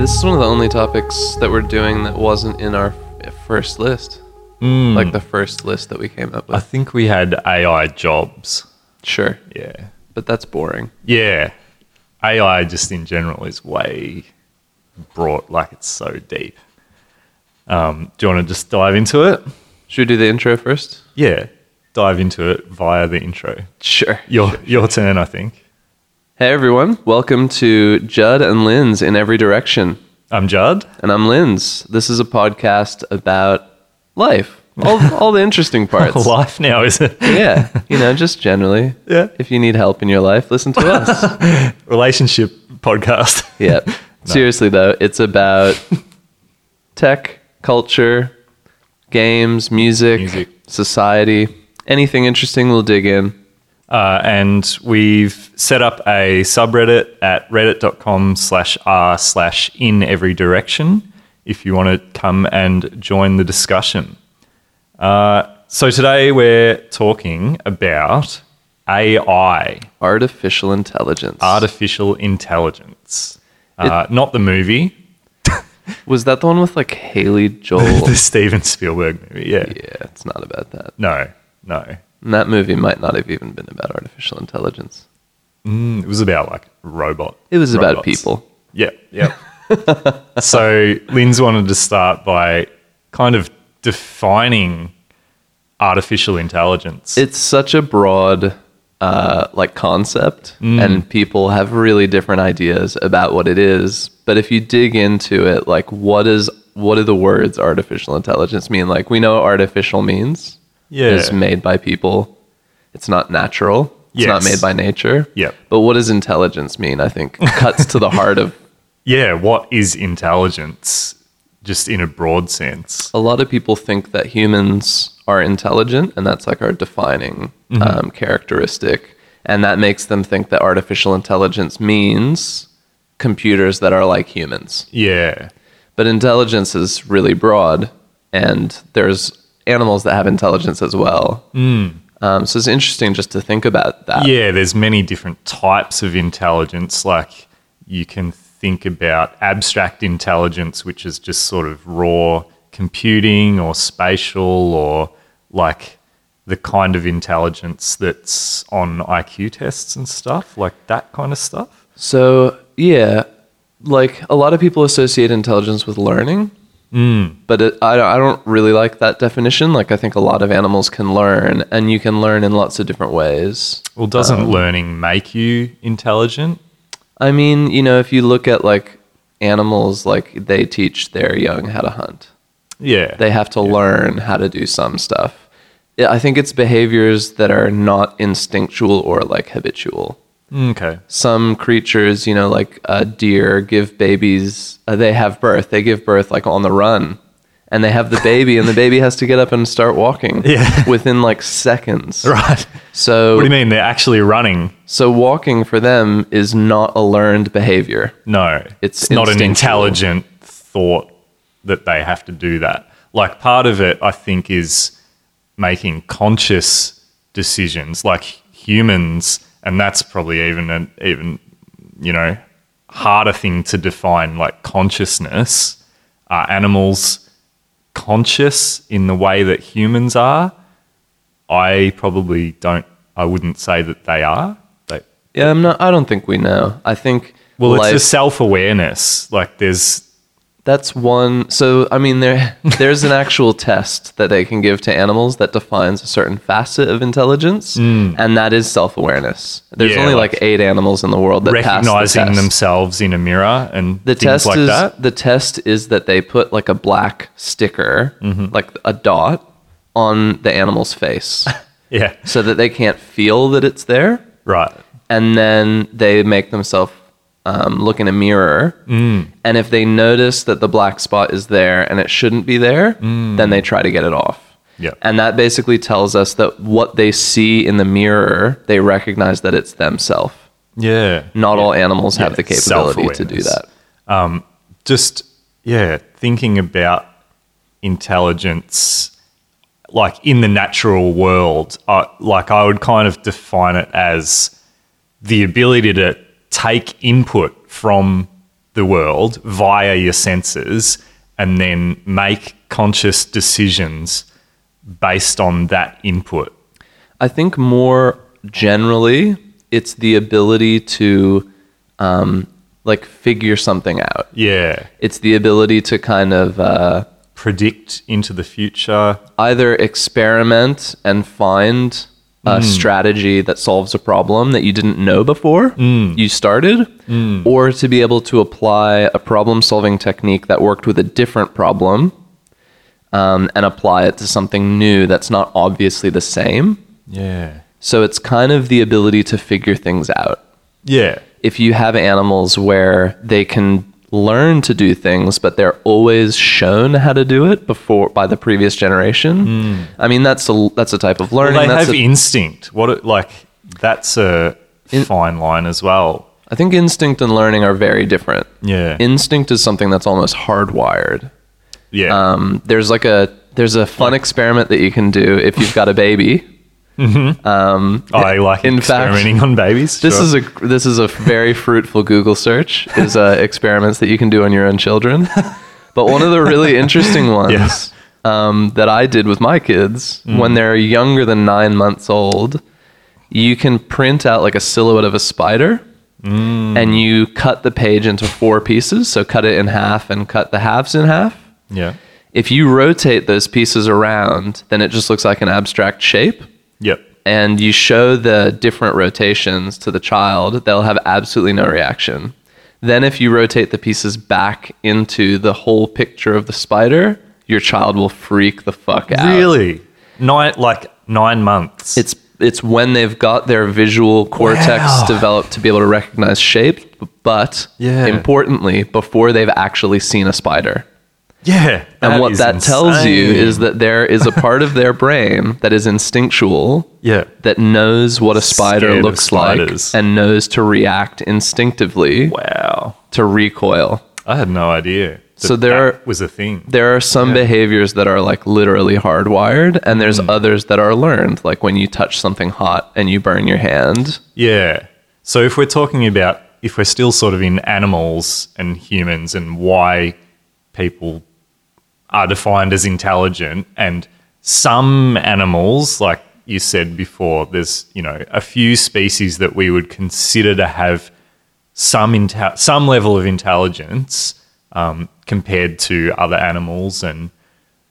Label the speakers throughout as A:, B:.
A: this is one of the only topics that we're doing that wasn't in our first list.
B: Mm,
A: Like the first list that we came up
B: I
A: with.
B: think we had AI jobs.
A: Sure.
B: Yeah.
A: But that's boring.
B: Yeah. AI just in general is way broad, like it's so deep. Um, do you want to just dive into it?
A: Should we do the intro first?
B: Yeah. Dive into it via the intro.
A: Sure.
B: Your, your turn, I think.
A: Hey everyone, welcome to Judd and Lynn's in Every Direction.
B: I'm Judd.
A: And I'm Lynn's. This is a podcast about life. All, all the interesting parts.
B: Life now, is it?
A: yeah. You know, just generally.
B: Yeah.
A: If you need help in your life, listen to us.
B: Relationship podcast.
A: yeah. Seriously though, it's about tech, culture, games, music,
B: Music.
A: society. Anything interesting we'll dig in.
B: Uh, and we've set up a subreddit at reddit.com slash r slash in every direction if you want to come and join the discussion. Uh, so today we're talking about AI,
A: Artificial intelligence.
B: artificial intelligence. Uh, not the movie,
A: Was that the one with like Haley Joel?
B: the Steven Spielberg movie. Yeah.
A: yeah, it's not about that.
B: No, no.
A: And that movie might not have even been about artificial intelligence.
B: Mm, it was about like robot.
A: It was about
B: robots.
A: people.
B: Yeah, yeah. so Lynn's wanted to start by kind of defining artificial intelligence.
A: It's such a broad uh, like concept,
B: Mm.
A: and people have really different ideas about what it is. But if you dig into it, like what is what do the words artificial intelligence mean? Like we know artificial means
B: yeah,
A: it's made by people. It's not natural. It's not
B: Yes.
A: made by nature.
B: Yep.
A: But what does intelligence mean? I think cuts to the heart of
B: yeah. What is intelligence? Just in a broad sense.
A: a lot of people think that humans are intelligent and that's like our defining um, characteristic and that makes them think that artificial intelligence means computers that are like humans
B: Yeah,
A: but intelligence is really broad and there's animals that have intelligence as well um, so it's interesting just to think about that
B: yeah. There's many different types of intelligence. Like you can think about abstract intelligence, which is just sort of raw computing or spatial or like the kind of intelligence that's on IQ tests and stuff, like that kind of stuff.
A: So yeah, like a lot of people associate intelligence with learning, but it, I don't- I don't really like that definition. Like I think a lot of animals can learn, and you can learn in lots of different ways.
B: Well, doesn't learning make you intelligent?
A: I mean, you know, if you look at like animals, like they teach their young how to hunt.
B: Yeah.
A: They have to learn how to do some stuff. Yeah, I think it's behaviors that are not instinctual or like habitual.
B: Mm, okay.
A: some creatures, you know, like uh, deer, give babies. Uh, they have birth. They give birth like on the run, and they have the baby, and the baby has to get up and start walking
B: Yeah.
A: within like seconds.
B: Right.
A: So,
B: What do you mean? They're actually running?
A: so walking for them is not a learned behavior.
B: No,
A: It's
B: not an
A: instinctual.
B: intelligent thought that they have to do that. Like part of it, I think, is making conscious decisions, like humans, and that's probably even an even you know harder thing to define. Like consciousness, are animals conscious in the way that humans are? I probably don't. I wouldn't say that they are. They,
A: Yeah, I'm not. I don't think we know. I think
B: well,
A: life,
B: it's a self awareness. Like there's
A: that's one. So, I mean, there there's an actual test that they can give to animals that defines a certain facet of intelligence, and that is self awareness. There's
B: Mm. Yeah,
A: only
B: like
A: like, eight animals in the world that pass the
B: recognizing
A: test.
B: themselves in a mirror and
A: The
B: things
A: test
B: like
A: is
B: that.
A: the test is that they put like a black sticker,
B: Mm-hmm.
A: like a dot, on the animal's face,
B: Yeah.
A: so that they can't feel that it's there
B: Right.
A: and then they make themselves um, look in a mirror.
B: Mm.
A: And if they notice that the black spot is there and it shouldn't be there, then they try to get it off.
B: Mm. Yeah.
A: And that basically tells us that what they see in the mirror, they recognize that it's themselves.
B: Yeah.
A: Not all animals have the capability to do
B: self-awareness.
A: that.
B: Just yeah, thinking about intelligence like in the natural world, I, like I would kind of define it as the ability to take input from the world via your senses and then make conscious decisions based on that input.
A: I think more generally, it's the ability to um, like figure something out.
B: Yeah.
A: It's the ability to kind of uh,
B: Predict into the future.
A: either experiment and find a strategy that solves a problem that you didn't know before you started, or to be able to apply a problem solving technique that worked with a different problem um, and apply it to something new that's not obviously the same.
B: Yeah.
A: So it's kind of the ability to figure things out.
B: Yeah.
A: If you have animals where they can learn to do things, but they're always shown how to do it before by the previous generation, I mean that's a that's a type of learning.
B: Hmm. Well, they
A: that's
B: have
A: a-
B: instinct. What it, like that's a fine line as well.
A: I think instinct and learning are very different.
B: Yeah.
A: Instinct is something that's almost hardwired.
B: yeah.
A: Um, there's like a there's a fun experiment that you can do if you've got a baby.
B: I like
A: in fact,
B: experimenting on babies.
A: This is a this is a very fruitful Google search. Is uh, experiments that you can do on your own children. But one of the really interesting ones
B: Yeah.
A: um, that I did with my kids when they're younger than nine months old, you can print out like a silhouette of a spider, and you cut the page into four pieces. So cut it in half and cut the halves in half.
B: yeah.
A: If you rotate those pieces around, then it just looks like an abstract shape
B: Yep.
A: and you show the different rotations to the child, they'll have absolutely no reaction. Then, if you rotate the pieces back into the whole picture of the spider, your child will freak the fuck out.
B: Really? Nine like nine months.
A: It's it's when they've got their visual cortex
B: Wow.
A: developed to be able to recognize shapes, but
B: Yeah.
A: importantly, before they've actually seen a spider.
B: yeah.
A: and what
B: is
A: that tells you
B: insane.
A: is that there is a part of their brain that is instinctual
B: yeah.
A: that knows what a spider
B: Scared of
A: looks like
B: spiders.
A: and knows to react instinctively
B: Wow.
A: to recoil.
B: I had no idea.
A: So there
B: that was a thing.
A: There are some behaviors that are like literally hardwired, and there's
B: Hmm.
A: others that are learned, like when you touch something hot and you burn your hand.
B: Yeah. So if we're talking about if we're still sort of in animals and humans and why people are defined as intelligent and some animals like you said before there's you know a few species that we would consider to have some inte- some level of intelligence um, compared to other animals and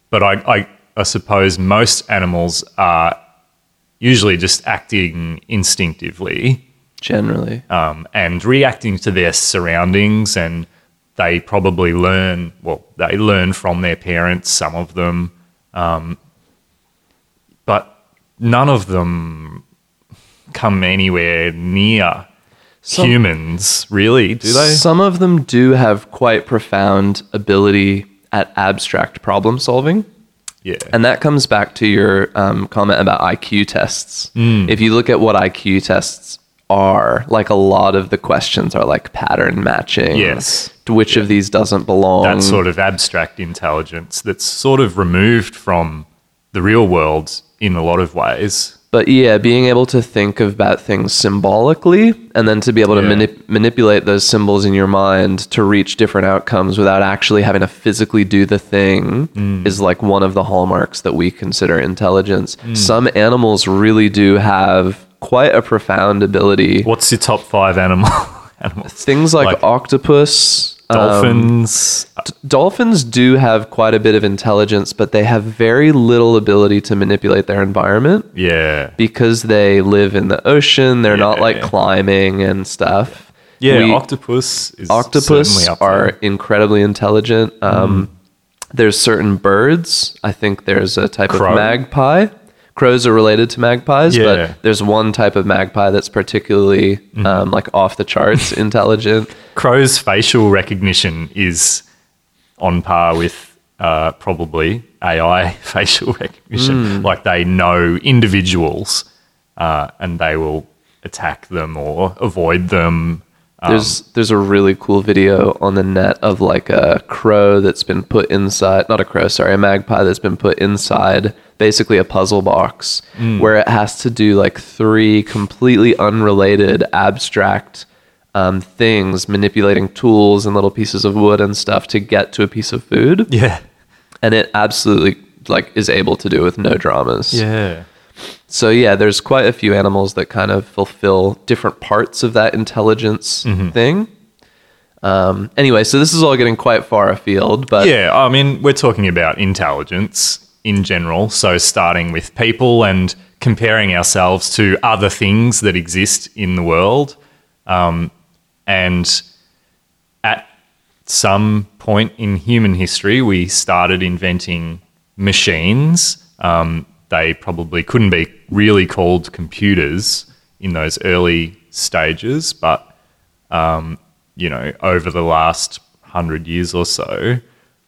B: but I, I I suppose most animals are usually just acting instinctively
A: Generally,
B: um, and reacting to their surroundings and they probably learn well they learn from their parents some of them um, but none of them come anywhere near
A: Some-
B: humans really do they
A: some of them do have quite profound ability at abstract problem solving.
B: yeah
A: And that comes back to your um, comment about IQ tests.
B: Mm.
A: If you look at what IQ tests are, like a lot of the questions are like pattern matching.
B: Yes.
A: To Which of these doesn't belong?
B: that sort of abstract intelligence that's sort of removed from the real world in a lot of ways
A: but yeah, being able to think about things symbolically and then to be able to
B: Yeah.
A: manip- manipulate those symbols in your mind to reach different outcomes without actually having to physically do the thing
B: Mm.
A: is like one of the hallmarks that we consider intelligence.
B: Mm.
A: Some animals really do have quite a profound ability.
B: what's your top five animal animals
A: things like,
B: Like-
A: octopus um,
B: dolphins
A: d- dolphins do have quite a bit of intelligence but they have very little ability to manipulate their environment
B: yeah
A: because they live in the ocean they're not like
B: Yeah.
A: climbing and stuff
B: Yeah,
A: We-
B: octopus is
A: octopus
B: certainly up
A: are
B: there. Mm-hmm.
A: incredibly intelligent um, there's certain birds i think there's a type
B: Crow.
A: of magpie crows are related to magpies
B: Yeah. Mm-hmm.
A: but there's one type of magpie that's particularly um, like off the charts intelligent
B: Crow's facial recognition is on par with uh, probably AI facial recognition. Like they know individuals uh, and they will attack them or avoid them.
A: There's
B: Um,
A: there's a really cool video on the net of like a crow that's been put inside, not a crow, sorry, a magpie that's been put inside basically a puzzle box
B: Mm.
A: where it has to do like three completely unrelated abstract um, things, manipulating tools and little pieces of wood and stuff to get to a piece of food.
B: Yeah.
A: And it absolutely like is able to do with no dramas.
B: Yeah.
A: So yeah, there's quite a few animals that kind of fulfill different parts of that intelligence
B: Mm-hmm.
A: thing. Um, anyway, so this is all getting quite far afield, but
B: Yeah, I mean, we're talking about intelligence in general. So, starting with people and comparing ourselves to other things that exist in the world. Um, and at some point in human history, we started inventing machines. Um, they probably couldn't be really called computers in those early stages, but you know, over the last hundred years or so,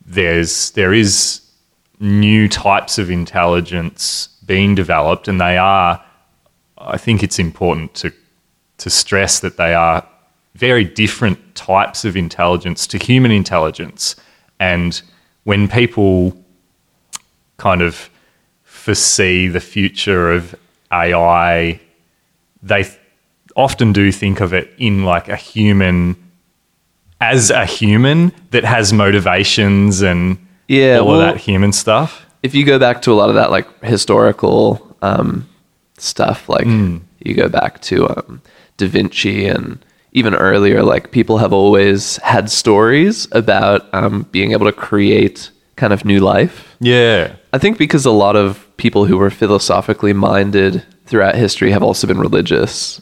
B: there's there is new types of intelligence being developed, and they are. I think it's important to to stress that they are very different types of intelligence to human intelligence, and when people kind of foresee the future of AI, they th- often do think of it in like a human as a human that has motivations and
A: Yeah,
B: all
A: well-
B: of that human stuff.
A: if you go back to a lot of that like historical um, stuff, like
B: Mm.
A: you go back to um, Da Vinci and even earlier, like people have always had stories about um, being able to create kind of new life.
B: Yeah.
A: I think because a lot of people who were philosophically minded throughout history have also been religious.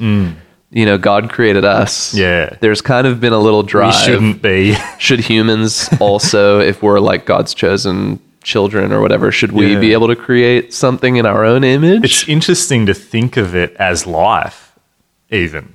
A: You know, God created us.
B: Mm. Yeah.
A: There's kind of been a little
B: We
A: drive.
B: shouldn't be.
A: Should humans also, if we're like God's chosen children or whatever, should we
B: Yeah.
A: be able to create something in our own image?
B: It's interesting to think of it as life, even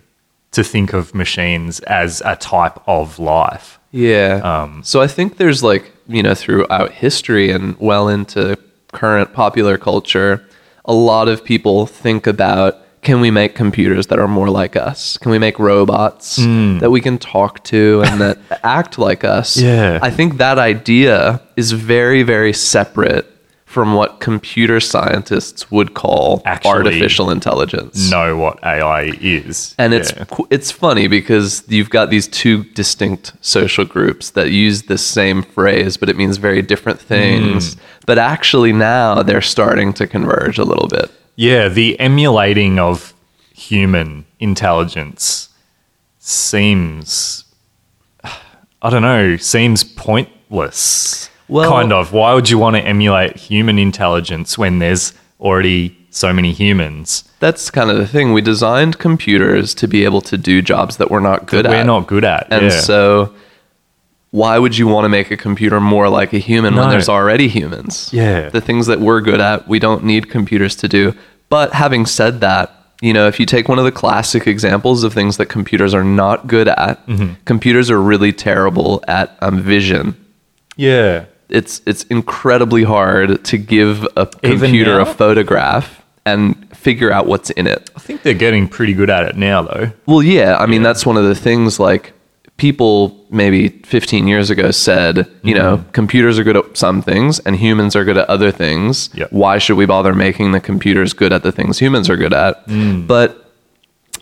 B: to think of machines as a type of life.
A: yeah.
B: Um,
A: so I think there's like, you know, throughout history and well into current popular culture, a lot of people think about can we make computers that are more like us? Can we make robots
B: Hmm.
A: that we can talk to and that act like us?
B: Yeah.
A: I think that idea is very, very separate from what computer scientists would call
B: Actually,
A: artificial intelligence.
B: Know what AI is.
A: And it's
B: Yeah.
A: qu it's funny because you've got these two distinct social groups that use the same phrase, but it means very different things. But actually, now they're starting to converge a little bit.
B: Yeah, the emulating of human intelligence seems I don't know, seems pointless.
A: Well-
B: kind of. Why would you want to emulate human intelligence when there's already so many humans
A: That's kind of the thing. We designed computers to be able to do jobs that we're not good
B: that
A: at.
B: we're not good at?
A: uh, and
B: yeah.
A: so, why would you want to make a computer more like a human when
B: No.
A: there's already humans?
B: Yeah.
A: The things that we're good at, we don't need computers to do. But having said that, you know, if you take one of the classic examples of things that computers are not good at,
B: Mm-hmm.
A: computers are really terrible at um, vision.
B: yeah.
A: It's it's incredibly hard to give a
B: Even
A: computer a
B: now?
A: photograph and figure out what's in it.
B: I think they're getting pretty good at it now though.
A: Well, yeah. I mean, that's one of the things like people maybe 15 years ago said, you know,
B: Mm-hmm.
A: computers are good at some things and humans are good at other things.
B: Yep.
A: Why should we bother making the computers good at the things humans are good at?
B: Mm.
A: But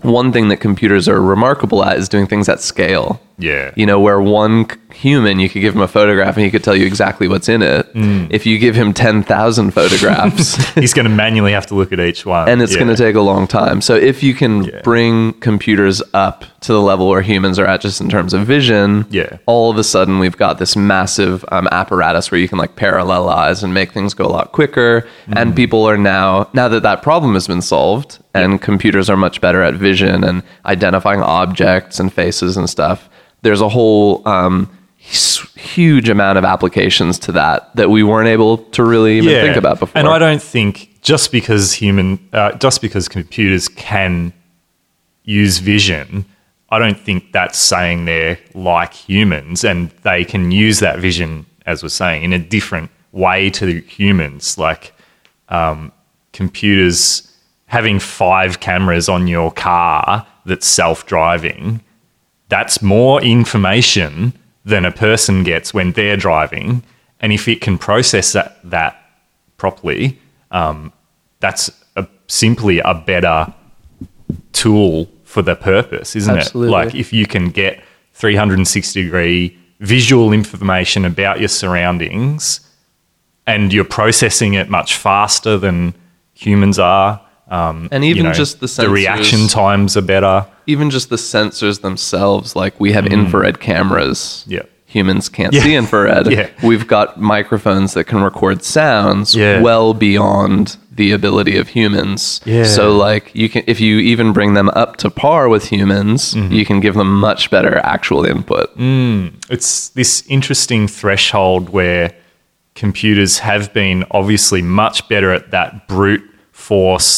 A: one thing that computers are remarkable at is doing things at scale.
B: Yeah.
A: You know, where one c- human, you could give him a photograph and he could tell you exactly what's in it.
B: Mm.
A: If you give him 10,000 photographs,
B: He's gonna manually have to look at each one.
A: and it's
B: Yeah.
A: going to take a long time. So if you can
B: Yeah.
A: bring computers up to the level where humans are at, just in terms of vision,
B: Yeah.
A: all of a sudden we've got this massive um, apparatus where you can like parallelize and make things go a lot quicker.
B: Mm-hmm.
A: And people are now now that that problem has been solved, and computers are much better at vision and identifying objects and faces and stuff. There's a whole um, s- huge amount of applications to that that we weren't able to really even think about before.
B: And I don't think just because human, uh, just because computers can use vision, I don't think that's saying they're like humans and they can use that vision, as we're saying, in a different way to humans. Like um, computers having five cameras on your car that's self-driving that's more information than a person gets when they're driving. And if it can process that, that properly, um, that's a, simply a better tool for the purpose, isn't
A: Absolutely.
B: it? Like if you can get 360 degree visual information about your surroundings and you're processing it much faster than humans are. Um,
A: And
B: you
A: even
B: know,
A: just the
B: the reaction
A: sensors.
B: times are better.
A: even just the sensors themselves, like we have infrared cameras.
B: Mm. Yeah.
A: Humans can't
B: Yeah.
A: see infrared.
B: Yeah.
A: We've got microphones that can record sounds
B: Yeah.
A: well beyond the ability of humans.
B: Yeah.
A: So like you can if you even bring them up to par with humans,
B: Mm-hmm.
A: you can give them much better actual input.
B: it's this interesting threshold where computers have been obviously much better at that brute force,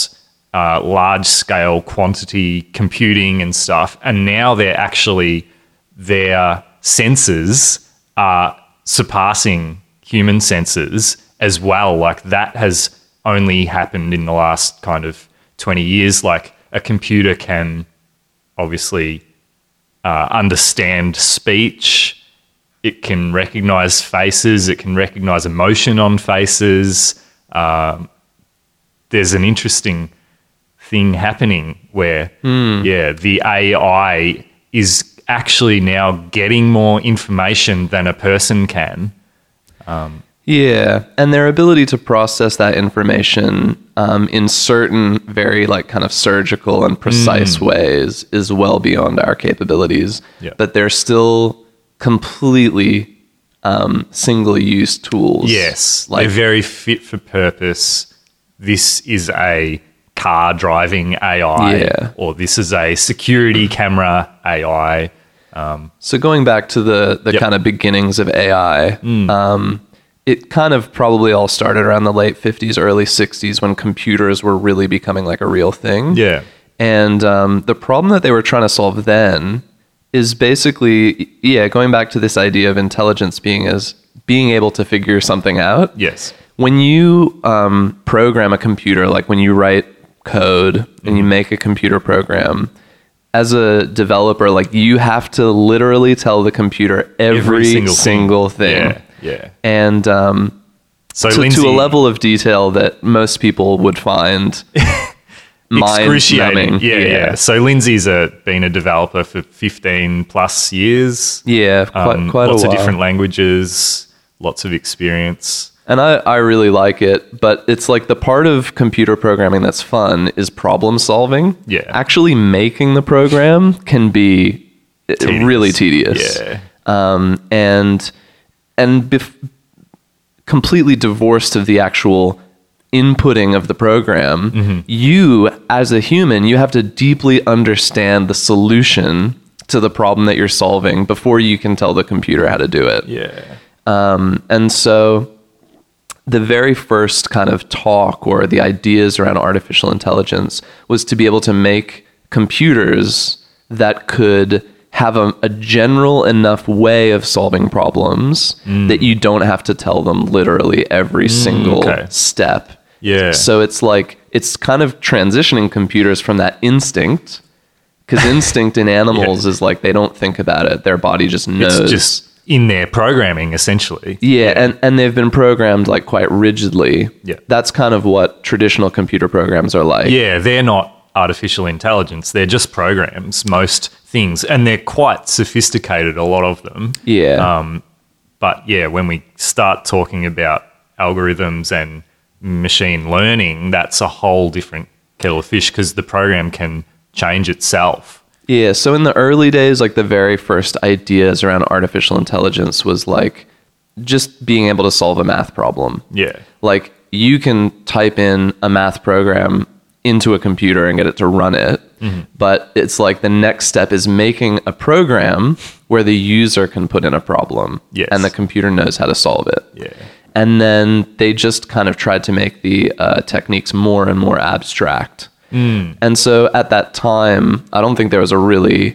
B: uh, large scale quantity computing and stuff, and now they're actually their sensors are surpassing human sensors as well. Like that has only happened in the last kind of twenty years. Like a computer can obviously uh, understand speech. It can recognize faces. It can recognize emotion on faces. Um, there's an interesting thing happening where, yeah, the AI is actually now getting more information than a person can.
A: Yeah, and their ability to process that information um, in certain very like kind of surgical and precise ways is well beyond our capabilities.
B: Mm. Yeah.
A: But they're still completely um, single-use tools.
B: Yes,
A: like
B: they're very fit for purpose. This is a car driving AI,
A: Yeah.
B: or this is a security camera AI.
A: So going back to the the
B: Yep.
A: kind of beginnings of AI,
B: Mm.
A: um, it kind of probably all started around the late '50s, early '60s when computers were really becoming like a real thing.
B: Yeah.
A: And um, the problem that they were trying to solve then is basically, yeah, going back to this idea of intelligence being as being able to figure something out
B: Yes.
A: when you um, program a computer, like when you write code and
B: Mm-hmm.
A: you make a computer program, as a developer, like you have to literally tell the computer every, single,
B: single
A: thing.
B: Yeah, yeah.
A: And um,
B: So
A: to,
B: Lindsay,
A: to a level of detail that most people would find
B: excruciating.
A: mind-numbing.
B: Yeah, yeah, So Lindsay's a, been a developer for 15 plus years.
A: Yeah, quite,
B: Um,
A: quite a
B: lots
A: while.
B: of different languages, lots of experience.
A: And I, I really like it, but it's like the part of computer programming that's fun is problem solving.
B: Yeah.
A: Actually making the program can be i- really tedious.
B: Yeah.
A: Um, and and bef- completely divorced of the actual inputting of the program,
B: Mm-hmm.
A: you as a human, you have to deeply understand the solution to the problem that you're solving before you can tell the computer how to do it.
B: Yeah.
A: Um, and so the very first kind of talk or the ideas around artificial intelligence was to be able to make computers that could have a, a general enough way of solving problems
B: Mm.
A: that you don't have to tell them literally every single
B: okay.
A: step.
B: Yeah.
A: So it's like it's kind of transitioning computers from that instinct because instinct in animals is like they don't think about it; their body just knows.
B: It's just in their programming, essentially.
A: Yeah, And, and they've been programmed like quite rigidly.
B: Yeah.
A: That's kind of what traditional computer programs are like.
B: Yeah, they're not artificial intelligence. They're just programs, most things. And they're quite sophisticated, a lot of them.
A: Yeah.
B: Um, but yeah, when we start talking about algorithms and machine learning, that's a whole different kettle of fish because the program can change itself.
A: yeah. So in the early days, like the very first ideas around artificial intelligence was like just being able to solve a math problem.
B: Yeah.
A: Like you can type in a math program into a computer and get it to run it.
B: Mm-hmm.
A: But it's like the next step is making a program where the user can put in a problem
B: Yes.
A: and the computer knows how to solve it.
B: Yeah.
A: And then they just kind of tried to make the uh, techniques more and more abstract.
B: Hmm.
A: And so at that time, I don't think there was a really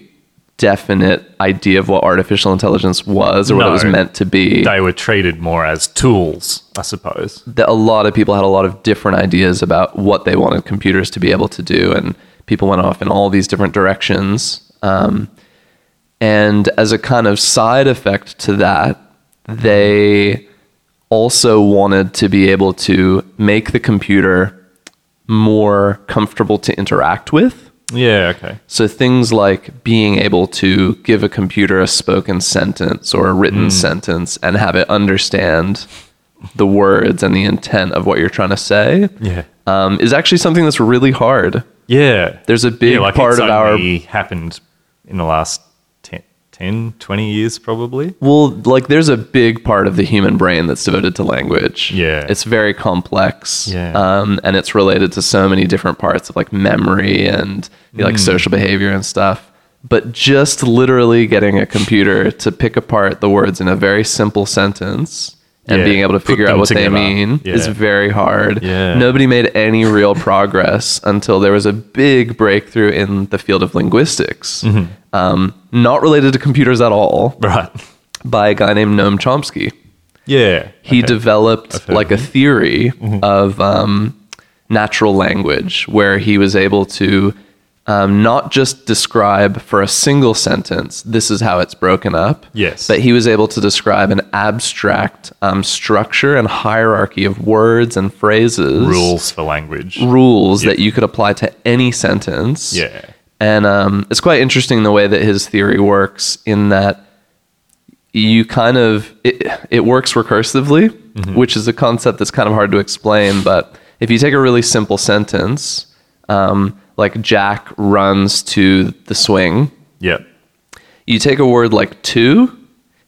A: definite idea of what artificial intelligence was or what it was
B: No.
A: meant to be.
B: They were treated more as tools, I suppose.
A: That a lot of people had a lot of different ideas about what they wanted computers to be able to do, and people went off in all these different directions. Um, and as a kind of side effect to that, they also wanted to be able to make the computer more comfortable to interact with.
B: Yeah, okay.
A: So things like being able to give a computer a spoken sentence or a
B: Hmm.
A: written sentence and have it understand the words and the intent of what you're trying to say
B: Yeah.
A: um, is actually something that's really hard.
B: Yeah.
A: There's a big
B: yeah, like
A: part
B: it's
A: of our
B: only happened in the last 10, 10, 20 years probably.
A: well, like there's a big part of the human brain that's devoted to language.
B: Yeah.
A: it's very complex.
B: Yeah.
A: um, and it's related to so many different parts of like memory and you know, like
B: Hmm.
A: social behavior and stuff. But just literally getting a computer to pick apart the words in a very simple sentence and
B: Yeah,
A: being able to
B: put
A: figure out
B: them
A: what
B: together.
A: they mean is
B: Yeah.
A: very hard.
B: Yeah.
A: Nobody made any real progress until there was a big breakthrough in the field of linguistics.
B: Mm-hmm.
A: Um, not related to computers at all
B: Right.
A: by a guy named Noam Chomsky.
B: Yeah.
A: He
B: okay. Mm-hmm.
A: developed
B: heard
A: like a theory of um, natural language where he was able to um, not just describe for a single sentence, this is how it's broken up.
B: Yes.
A: But he was able to describe an abstract um, structure and hierarchy of words and phrases
B: rules for language.
A: rules that you could apply to any sentence.
B: Yeah.
A: And um, it's quite interesting the way that his theory works in that you kind of it, it works recursively, which is a concept that's kind of hard to explain. But if you take a really simple sentence, um, like Jack runs to the swing,
B: Yep.
A: you take a word like to,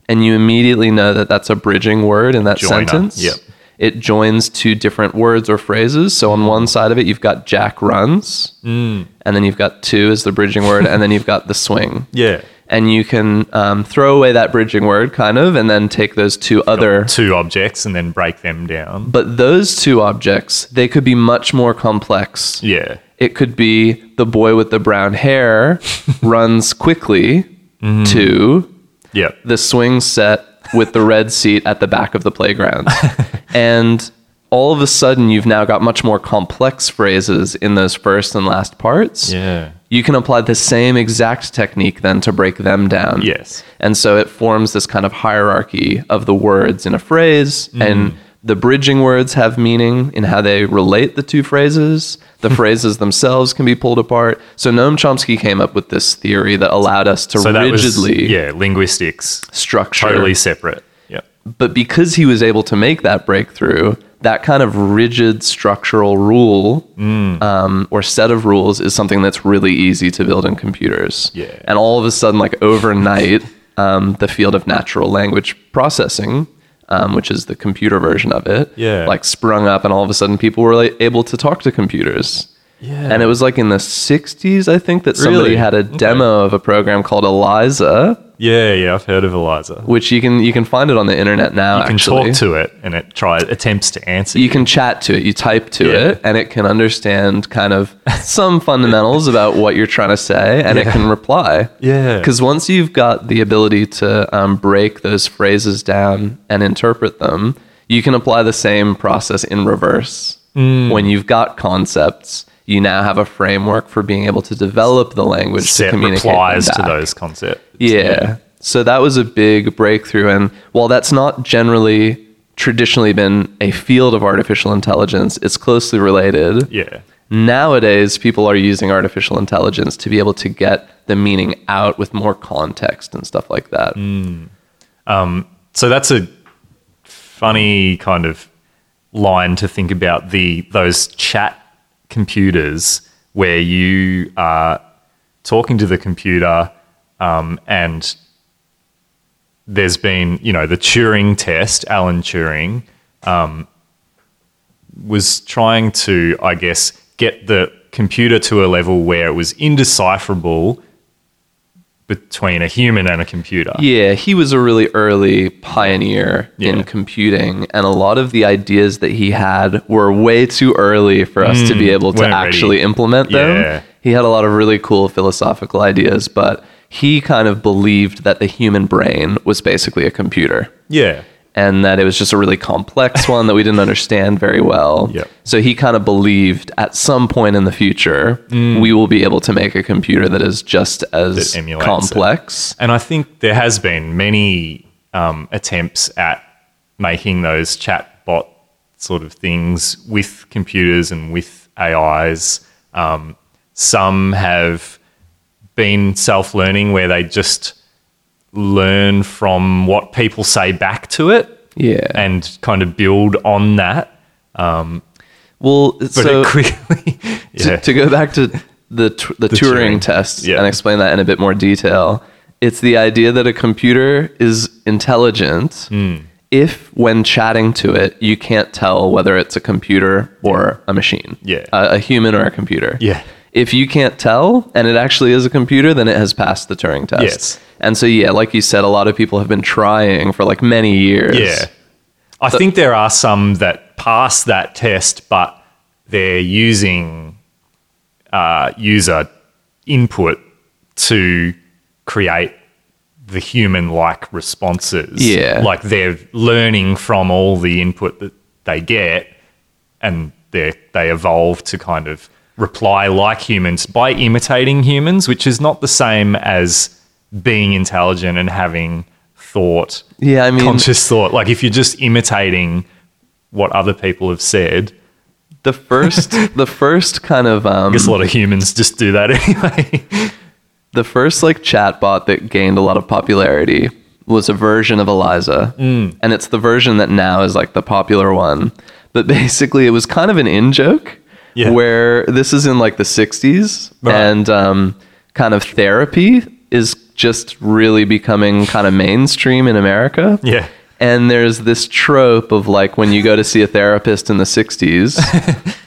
A: and you immediately know that that's a bridging word in that
B: Joiner,
A: sentence.
B: yep.
A: It joins two different words or phrases. So on one side of it, you've got Jack runs,
B: Mm.
A: and then you've got to as the bridging word, and then you've got the swing.
B: Yeah.
A: And you can um, throw away that bridging word kind of, and then take those two other.
B: Two objects and then break them down.
A: But those two objects, they could be much more complex.
B: Yeah.
A: It could be the boy with the brown hair runs quickly
B: Mm-hmm.
A: to
B: Yep.
A: the swing set with the red seat at the back of the playground. and all of a sudden, you've now got much more complex phrases in those first and last parts.
B: Yeah.
A: You can apply the same exact technique then to break them down.
B: Yes.
A: And so it forms this kind of hierarchy of the words in a phrase,
B: Mm.
A: and the bridging words have meaning in how they relate the two phrases. The phrases themselves can be pulled apart. So Noam Chomsky came up with this theory that allowed us to
B: So that
A: rigidly
B: was yeah, linguistics
A: structure
B: totally separate. Yep.
A: but because he was able to make that breakthrough, that kind of rigid structural rule
B: Mm.
A: um, or set of rules is something that's really easy to build in computers.
B: Yeah.
A: And all of a sudden, like overnight, um, the field of natural language processing, um, which is the computer version of it,
B: Yeah.
A: like sprung up, and all of a sudden people were like, able to talk to computers.
B: Yeah.
A: And it was like in the 60s, I think, that somebody
B: Really?
A: had a
B: Okay.
A: demo of a program called Eliza,
B: Yeah, yeah, I've heard of Eliza.
A: which you can you can find it on the internet now.
B: You can
A: actually.
B: talk to it and it tries attempts to answer
A: you can chat to it you type to
B: Yeah.
A: it and it can understand kind of some fundamentals about what you're trying to say and it
B: Yeah.
A: can reply
B: Yeah.
A: because once you've got the ability to um, break those phrases down and interpret them you can apply the same process in reverse
B: Mm.
A: when you've got concepts you now have a framework for being able to develop the language to
B: set
A: communicate them
B: replies to
A: back.
B: those concepts.
A: Yeah. So that was a big breakthrough. And while that's not generally traditionally been a field of artificial intelligence, it's closely related.
B: Yeah.
A: Nowadays, people are using artificial intelligence to be able to get the meaning out with more context and stuff like that.
B: So that's a funny kind of line to think about the those chat computers where you are talking to the computer um, and there's been you know the Turing test. Alan Turing um, was trying to, I guess, get the computer to a level where it was indecipherable between a human and a computer.
A: Yeah, he was a really early pioneer in
B: Yeah.
A: computing, and a lot of the ideas that he had were way too early for us to be able to
B: Mm, weren't ready.
A: actually implement them.
B: Yeah.
A: He had a lot of really cool philosophical ideas, but he kind of believed that the human brain was basically a computer
B: Yeah.
A: and that it was just a really complex one that we didn't understand very well.
B: Yep.
A: So he kind of believed at some point in the future, we will be able to make a computer that is just as
B: Mm. That emulates it.
A: complex.
B: And I think there has been many um, attempts at making those chatbot sort of things with computers and with AIs. Um, Some have been self learning where they just learn from what people say back to it
A: Yeah.
B: and kind of build on that. Um,
A: well,
B: but
A: so
B: it quickly,
A: to,
B: yeah,
A: to go back to the t- the, Turing,
B: Turing.
A: test
B: Yeah.
A: and explain that in a bit more detail, it's the idea that a computer is intelligent
B: Hmm.
A: if, when chatting to it, you can't tell whether it's a computer or a machine,
B: Yeah.
A: a, a human or a computer.
B: Yeah.
A: If you can't tell and it actually is a computer, then it has passed the Turing test.
B: Yes.
A: And so, yeah, like you said, a lot of people have been trying for like many years.
B: yeah. I think there are some that pass that test, but they're using uh, user input to create the human-like responses.
A: Yeah.
B: like they're learning from all the input that they get, and they they evolve to kind of reply like humans by imitating humans, which is not the same as being intelligent and having thought
A: Yeah, I mean,
B: conscious thought. Like if you're just imitating what other people have said,
A: the first, the first kind of um,
B: I guess a lot of humans just do that anyway.
A: the first like chatbot that gained a lot of popularity was a version of Eliza,
B: Mm.
A: and it's the version that now is like the popular one. But basically, it was kind of an in joke
B: Yeah.
A: where this is in like the '60s,
B: Right.
A: and um, kind of therapy is just really becoming kind of mainstream in America.
B: Yeah.
A: And there's this trope of like when you go to see a therapist in the 60s,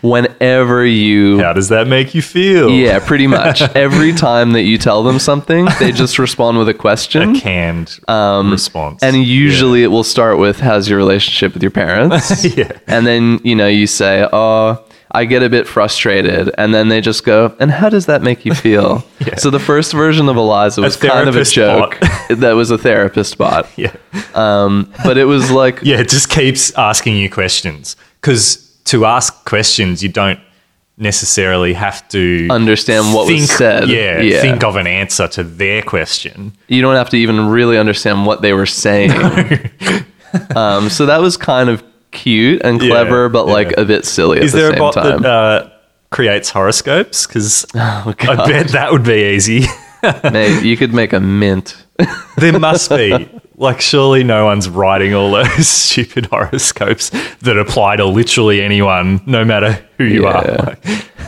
A: whenever you
B: How does that make you feel?
A: yeah, pretty much. Every time that you tell them something, they just respond with a
B: A
A: question.
B: canned response.
A: Um, And usually it will start with, How's your relationship with your parents?
B: Yeah.
A: And then, you know, you say, Oh, I get a bit frustrated. And then they just go, And how does that make you feel? So the first version of Eliza was kind of a
B: therapist
A: joke that was a therapist bot.
B: yeah.
A: But it was like,
B: Yeah, it just keeps asking you questions. Because to ask questions, you don't necessarily have to
A: Understand what was said.
B: Yeah,
A: Yeah.
B: think of an answer to their question.
A: you don't have to even really understand what they were saying. um, so that was kind of cute and clever, but like
B: yeah.
A: a bit silly at
B: Is
A: the
B: there a
A: same
B: bot
A: time.
B: that uh, creates horoscopes? Because I
A: Oh, God.
B: bet that would be easy.
A: Mate, you could make a mint.
B: There must be. Like, surely no one's writing all those stupid horoscopes that apply to literally anyone, no matter who you
A: Yeah.
B: are. Like,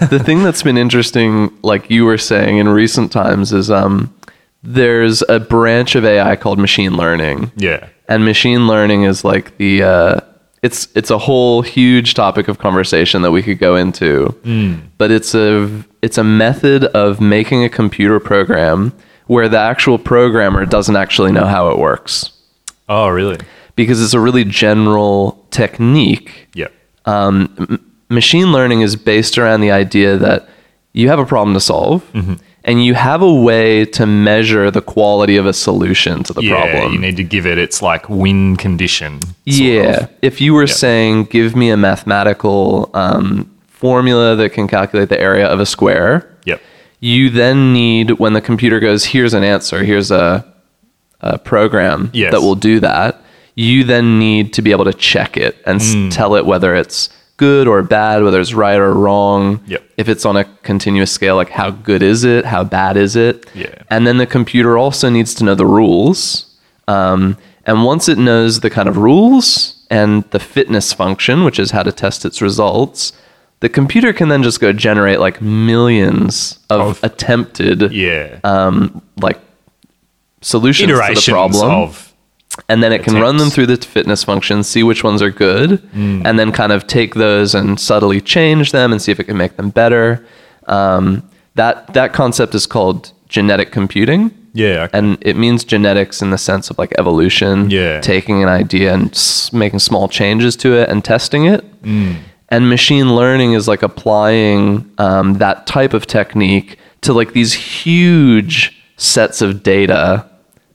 A: the thing that's been interesting, like you were saying in recent times, is um, there's a branch of AI called machine learning.
B: yeah.
A: and machine learning is like the uh, it's it's a whole huge topic of conversation that we could go into but it's a it's a method of making a computer program where the actual programmer doesn't actually know how it works
B: Oh, really?
A: because it's a really general technique
B: Yeah.
A: machine learning is based around the idea that you have a problem to solve
B: Mm-hmm.
A: and you have a way to measure the quality of a solution to the
B: yeah,
A: problem
B: you need to give it its like win condition. sort
A: yeah.
B: of.
A: If you were saying, give me a mathematical um, formula that can calculate the area of a square,
B: Yep.
A: you then need, when the computer goes, here's an answer, here's a, a program
B: Yes.
A: that will do that, you then need to be able to check it and s-
B: Mm.
A: tell it whether it's good or bad, whether it's right or wrong.
B: Yep.
A: If it's on a continuous scale, like how good is it? How bad is it?
B: Yeah.
A: And then the computer also needs to know the rules. Um, and once it knows the kind of rules and the fitness function, which is how to test its results, the computer can then just go generate like millions of,
B: Of- e-
A: attempted
B: Yeah.
A: um, like solutions to
B: Iterations
A: the problem,
B: of.
A: and then it can run them
B: attempts. Hmm.
A: through the fitness function, see which ones are good, and then kind of take those and subtly change them and see if it can make them better. Um, that that concept is called genetic computing.
B: Yeah. okay.
A: And it means genetics in the sense of like evolution,
B: Yeah.
A: taking an idea and s- making small changes to it and testing it. And machine learning is like applying um, that type of technique to like these huge sets of data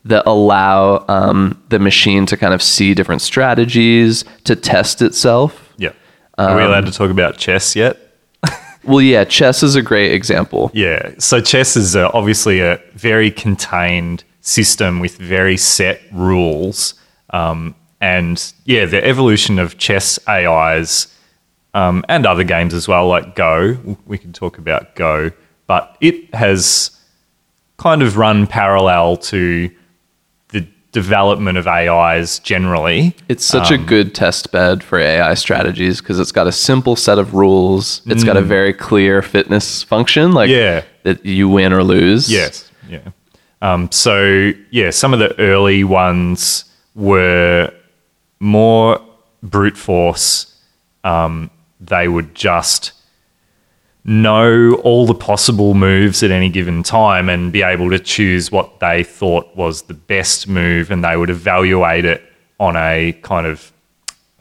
A: that allow um, the machine to kind of see different strategies to test itself.
B: yeah. Are we
A: um,
B: allowed to talk about chess yet?
A: Well, yeah, chess is a great example.
B: Yeah. So chess is uh obviously a very contained system with very set rules. Um, and yeah, the evolution of chess AIs um, and other games as well, like Go. We can talk about Go but it has kind of run parallel to the development of AIs generally.
A: It's such
B: Um,
A: a good test bed for AI strategies because it's got a simple set of rules. It's got a very clear fitness function, like
B: Mm. Yeah.
A: that you win or lose.
B: Yes. Yeah. Um, so yeah, some of the early ones were more brute force. Um, they would just know all the possible moves at any given time and be able to choose what they thought was the best move, and they would evaluate it on a kind of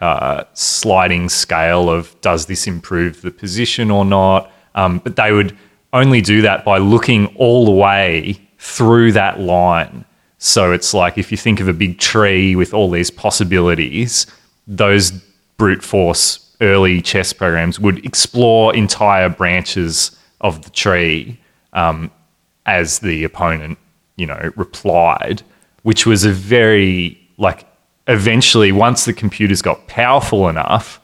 B: uh, sliding scale of does this improve the position or not. Um, but they would only do that by looking all the way through that line. So it's like if you think of a big tree with all these possibilities, those brute force early chess programs would explore entire branches of the tree um, as the opponent, you know, replied, which was a very like eventually once the computers got powerful enough,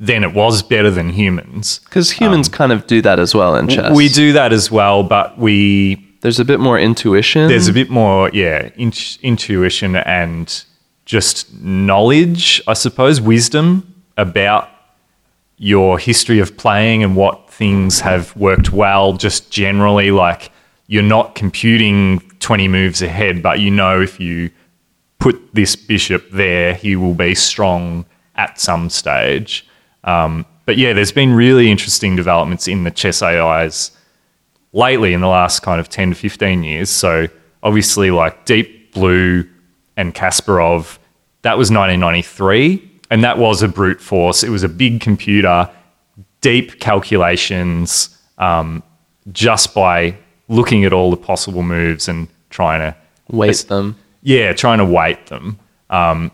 B: then it was better than humans.
A: Because humans kind of do that as well in chess.
B: Um, We do that as well, but we
A: There's a bit more intuition.
B: there's a bit more yeah in- intuition and just knowledge i suppose wisdom about your history of playing and what things have worked well just generally like you're not computing 20 moves ahead but you know if you put this bishop there he will be strong at some stage um, but yeah there's been really interesting developments in the chess ais lately in the last kind of 10 to 15 years. So obviously, like Deep Blue and Kasparov, that was 1993. And that was a brute force. It was a big computer, deep calculations um, just by looking at all the possible moves and trying to,
A: Waste them.
B: yeah, trying to weight them. Um,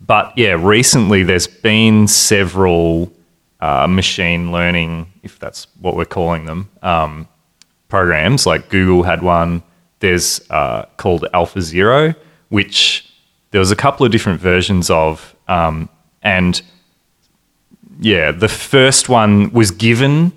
B: But yeah, recently there's been several uh, machine learning, if that's what we're calling them, um, programs. Like Google had one. There's uh, called AlphaZero, which there was a couple of different versions of, um, and yeah, the first one was given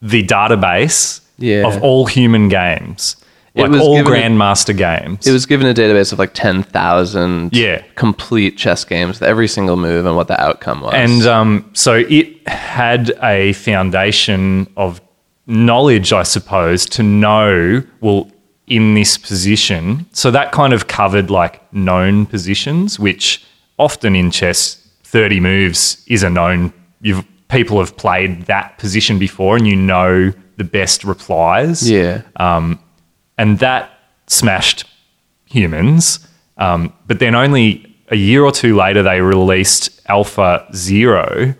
B: the database
A: Yeah.
B: of all human games,
A: It
B: like
A: was
B: all
A: given a-
B: grandmaster games.
A: It was given a database of like 10,000
B: Yeah.
A: complete chess games, with every single move and what the outcome was.
B: And um, so it had a foundation of knowledge, I suppose, to know, well, in this position. So that kind of covered like known positions, which often in chess, 30 moves is a known, you've, people have played that position before and you know the best replies
A: yeah.
B: uh, and that smashed humans. Um, but then only a year or two later, they released Alpha Zero,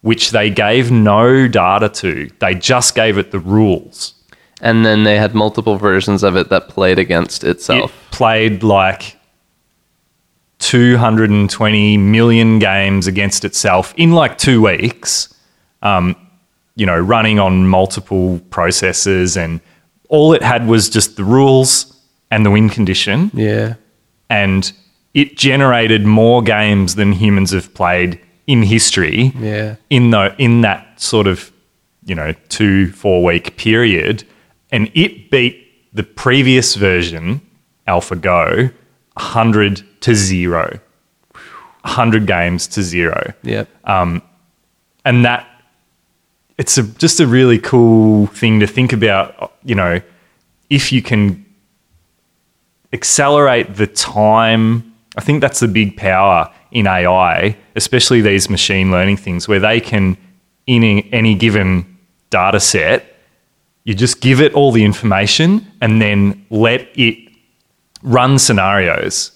B: which they gave no data to. They just gave it the rules.
A: and then they had multiple versions of it that played against
B: It
A: itself.
B: played like 220 million games against itself in like two weeks, um, you know, running on multiple processes. And all it had was just the rules and the win condition.
A: yeah.
B: and it generated more games than humans have played in history.
A: Yeah.
B: In the in that sort of you know two four week period, and it beat the previous version AlphaGo hundred to zero. 100 games to zero
A: Yep.
B: Uh, and that it's a, just a really cool thing to think about you know if you can accelerate the time i think that's the big power in ai especially these machine learning things where they can in a- any given data set you just give it all the information and then let it run scenarios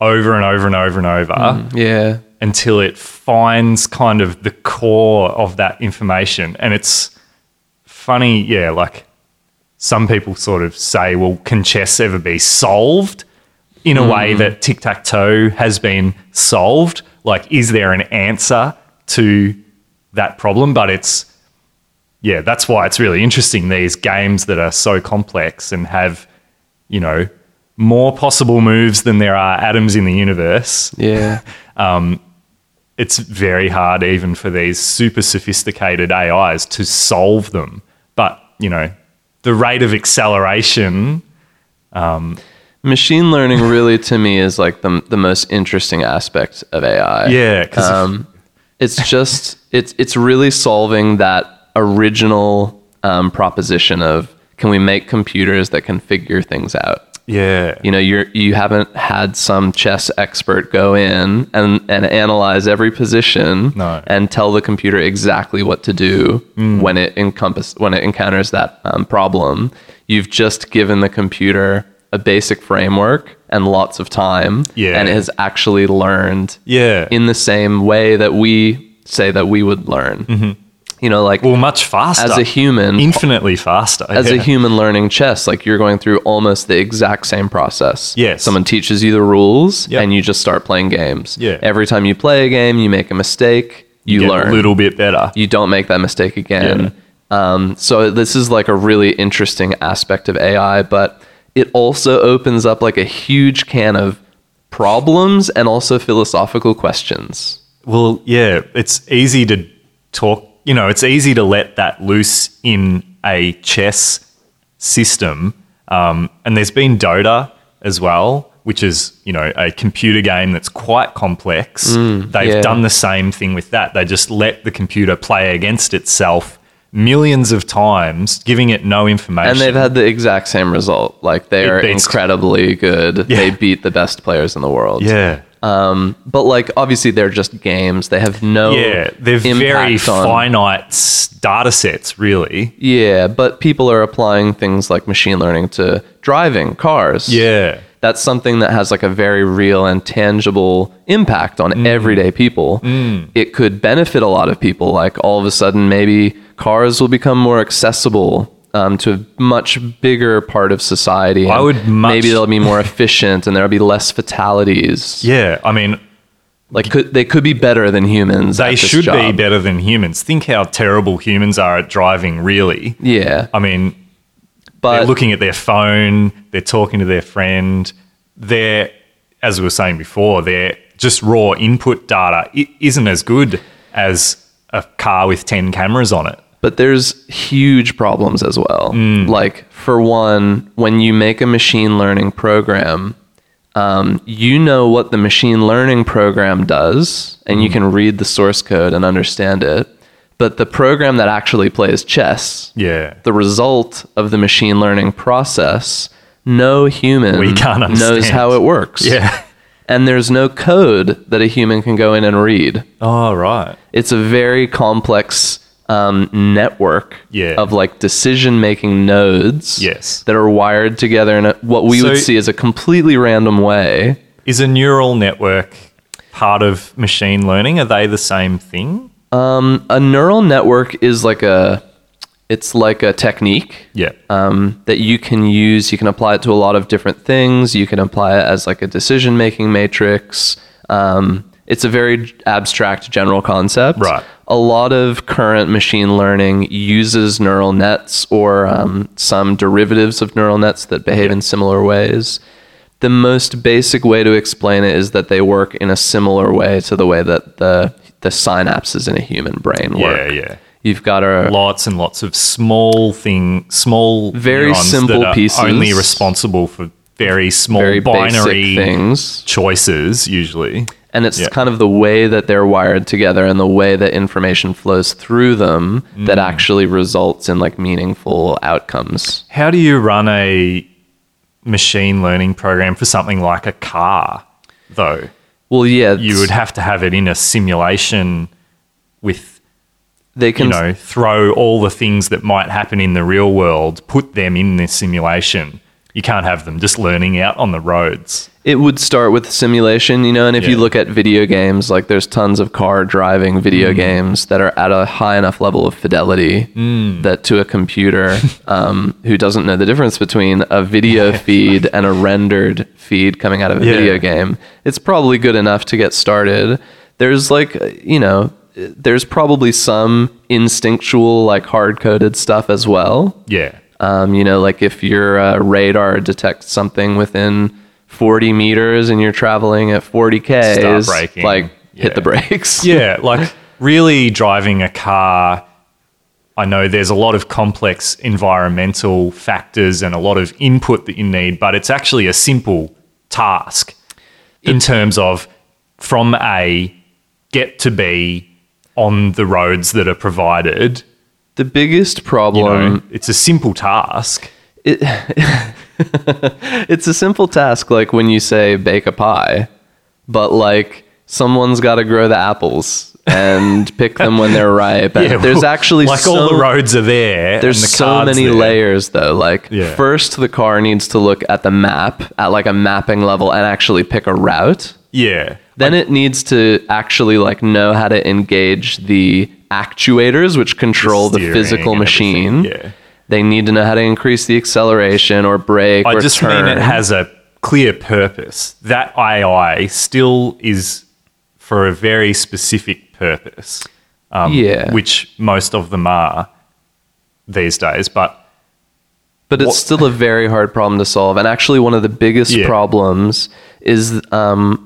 B: over and over and over and over
A: yeah.
B: until it finds kind of the core of that information. And it's funny, yeah, like some people sort of say, well, can chess ever be solved in a way that tic tac toe has been solved? Like, is there an answer to that problem? But it's, yeah, that's why it's really interesting these games that are so complex and have, you know, more possible moves than there are atoms in the universe
A: Yeah.
B: it's very hard even for these super sophisticated AIs to solve them. But you know, the rate of acceleration.
A: Machine learning really to me is like the the most interesting aspect of AI.
B: Yeah, 'cause if-
A: Um, it's just it's it's really solving that original um, proposition of can we make computers that can figure things out?
B: Yeah.
A: You know, you're you haven't had some chess expert go in and and analyze every position
B: No. Mm.
A: and tell the computer exactly what to do when it encompass when it encounters that um, problem. You've just given the computer a basic framework and lots of time,
B: Yeah.
A: and it has actually learned
B: Yeah.
A: in the same way that we say that we would learn. You know, like
B: Mm-hmm. well, much faster.
A: as a human,
B: Infinitely faster.
A: as
B: yeah.
A: a human learning chess, like you're going through almost the exact same process.
B: Yes.
A: Someone teaches you the rules
B: Yep.
A: and you just start playing games.
B: Yeah.
A: Every time you play a game, you make a mistake, you,
B: Get
A: learn.
B: a little bit better.
A: You don't make that mistake
B: Yeah.
A: again. Um, so this is like a really interesting aspect of AI, but it also opens up like a huge can of problems and also philosophical questions.
B: Well, yeah, it's easy to talk, you know, it's easy to let that loose in a chess system. Um, and there's been Dota as well, which is, you know, a computer game that's quite complex. They've
A: Mm, yeah.
B: done the same thing with that. They just let the computer play against itself millions of times, giving it no information.
A: And they've had the exact same result. Like they
B: It
A: are
B: beats-
A: incredibly good.
B: Yeah.
A: They beat the best players in the world.
B: yeah.
A: But like obviously they're just games. They have no
B: Yeah, they're very
A: impact on-
B: finite s- data sets, really.
A: Yeah, but people are applying things like machine learning to driving cars.
B: Yeah.
A: That's something that has like a very real and tangible impact on
B: Mm.
A: everyday people. It could benefit a lot of people. Like all of a sudden, maybe cars will become more accessible um, to a much bigger part of society.
B: I
A: and
B: would much-
A: maybe they'll be more efficient and there'll be less fatalities.
B: Yeah, I mean,
A: Like could, they could be better than humans. at
B: They
A: this
B: should be
A: job.
B: better than humans. Think how terrible humans are at driving, really.
A: Yeah,
B: I mean, they're
A: but
B: looking at their phone, they're talking to their friend, they're, as we were saying before, their just raw input data i- isn't as good as a car with 10 cameras on it.
A: But there's huge problems as well.
B: Mm.
A: Like, for one, when you make a machine learning program, um, you know what the machine learning program does, and
B: Mm.
A: you can read the source code and understand it. But the program that actually plays chess,
B: Yeah.
A: the result of the machine learning process, no human
B: We can't
A: knows
B: understand.
A: how it works.
B: Yeah.
A: And there's no code that a human can go in and read
B: Oh, right.
A: it's a very complex um, network
B: Yeah.
A: of like decision making nodes
B: Yes.
A: that are wired together in a, what we would
B: So-
A: see as a completely random way.
B: Is a neural network part of machine learning? Are they the same thing?
A: A neural network is like a it's like a technique
B: Yeah.
A: um, that you can use. You can apply it to a lot of different things. You can apply it as like a decision making matrix. Um, it's a very j- abstract general concept.
B: Right.
A: A lot of current machine learning uses neural nets or um, some derivatives of neural nets that behave in similar ways. The most basic way to explain it is that they work in a similar way to the way that the the synapses in a human brain work.
B: yeah.
A: You've got a
B: lots and lots of small thing, small,
A: Very
B: neurons
A: simple
B: that are
A: pieces.
B: only responsible for very small
A: very
B: binary
A: basic things.
B: choices usually.
A: and it's
B: Yeah.
A: kind of the way that they're wired together and the way that information flows through them that
B: Mm.
A: actually results in like meaningful outcomes
B: How do you run a machine learning program for something like a car, though?
A: well yeah
B: You would have to have it in a simulation with
A: they can
B: you know throw all the things that might happen in the real world, put them in this simulation. You can't have them just learning out on the roads.
A: it would start with simulation you know and if you
B: Yeah.
A: look at video games like there's tons of car driving video
B: Mm.
A: games that are at a high enough level of fidelity
B: Mm.
A: that to a computer um, who doesn't know the difference between a video feed and a rendered feed coming out of a
B: Yeah.
A: video game it's probably good enough to get started there's like uh, you know there's probably some instinctual like hard-coded stuff as well
B: Yeah.
A: um, you know, like if your uh, radar detects something within 40 meters and you're traveling at 40 k's,
B: braking.
A: like hit
B: Yeah.
A: the brakes.
B: Yeah, like really driving a car I know there's a lot of complex environmental factors and a lot of input that you need, but it's actually a simple task in terms of from A, get to B on the roads that are provided.
A: The biggest
B: You know,
A: problem
B: it's a simple task.
A: it, it's a simple task like when you say bake a pie but like someone's got to grow the apples and pick them when they're ripe and
B: Yeah,
A: there's
B: well,
A: actually
B: like
A: so,
B: all the roads are there.
A: there's
B: and the
A: so
B: cards
A: many
B: there.
A: layers though like
B: Yeah.
A: first the car needs to look at the map at like a mapping level and actually pick a route
B: Yeah,
A: then it needs to actually like know how to engage the actuators which control the,
B: steering
A: physical
B: and everything,
A: machine
B: yeah.
A: they need to know how to increase the acceleration or brake
B: I
A: or
B: just
A: turn.
B: mean it has a clear purpose. That AI still is for a very specific purpose, um,
A: Yeah.
B: which most of them are these days. But
A: but it's
B: what-
A: still a very hard problem to solve and actually one of the biggest
B: Yeah.
A: problems is um,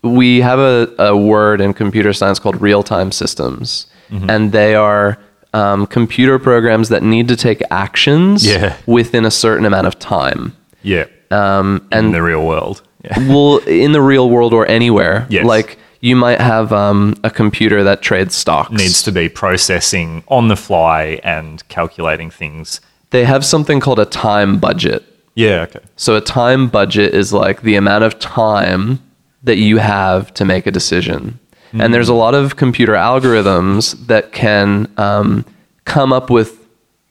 A: we have a, a word in computer science called real-time systems
B: Mm-hmm.
A: and they are um, computer programs that need to take actions
B: Yeah.
A: within a certain amount of time
B: yeah,
A: um,
B: in
A: and
B: the real world, yeah,
A: well in the real world or anywhere
B: Yes.
A: like you might have um, a computer that trades stocks
B: needs to be processing on the fly and calculating things.
A: they have something called a time budget
B: Yeah, okay.
A: So a time budget is like the amount of time that you have to make a decision. And
B: Hmm.
A: there's a lot of computer algorithms that can um, come up with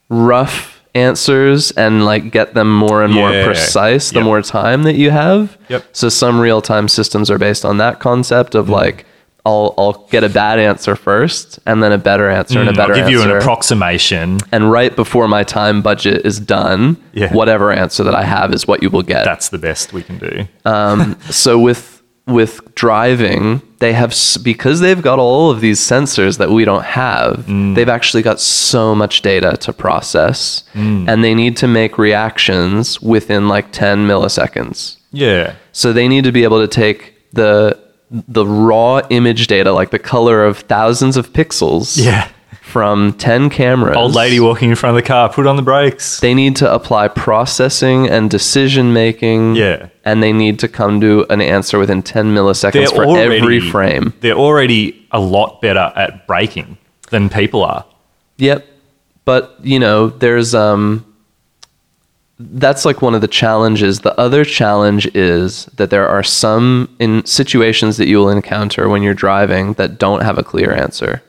A: rough answers and like get them more and more
B: Yeah.
A: precise the
B: Yep.
A: more time that you have.
B: Yep. Hmm.
A: So some real time systems are based on that concept of like I'll I'll get a bad answer first and then a better answer and a
B: Mm, I'll
A: better
B: give
A: answer
B: you an approximation.
A: and right before my time budget is done,
B: Yeah.
A: whatever answer that I have is what you will get.
B: That's the best we can do.
A: Uh, so with with driving, they have s- because they've got all of these sensors that we don't have.
B: Mm.
A: They've actually got so much data to process,
B: Mm.
A: and they need to make reactions within like ten milliseconds.
B: yeah.
A: So they need to be able to take the the raw image data, like the color of thousands of pixels,
B: Yeah.
A: from ten cameras.
B: Old lady walking in front of the car, put on the brakes.
A: They need to apply processing and decision making.
B: Yeah.
A: And they need to come to an answer within 10 milliseconds for every frame.
B: They're already a lot better at braking than people are.
A: Yep. But, you know, there's um that's like one of the challenges. The other challenge is that there are some in situations that you will encounter when you're driving that don't have a clear answer.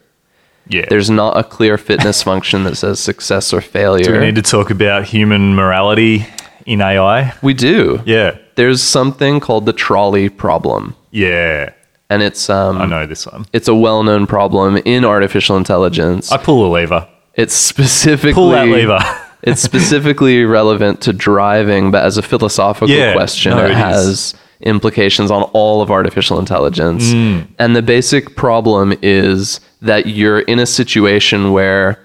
B: Yeah.
A: There's not a clear fitness function that says success or failure.
B: we need to talk about human morality in AI.
A: we do.
B: Yeah.
A: There's something called the trolley problem.
B: Yeah.
A: And it's um
B: I know this one.
A: it's a well-known problem in artificial intelligence.
B: I pull a lever.
A: It's specifically
B: Pull that lever.
A: it's specifically relevant to driving, but as a philosophical
B: Yeah,
A: question,
B: no,
A: it,
B: it is.
A: has implications on all of artificial intelligence.
B: Mm.
A: And the basic problem is that you're in a situation where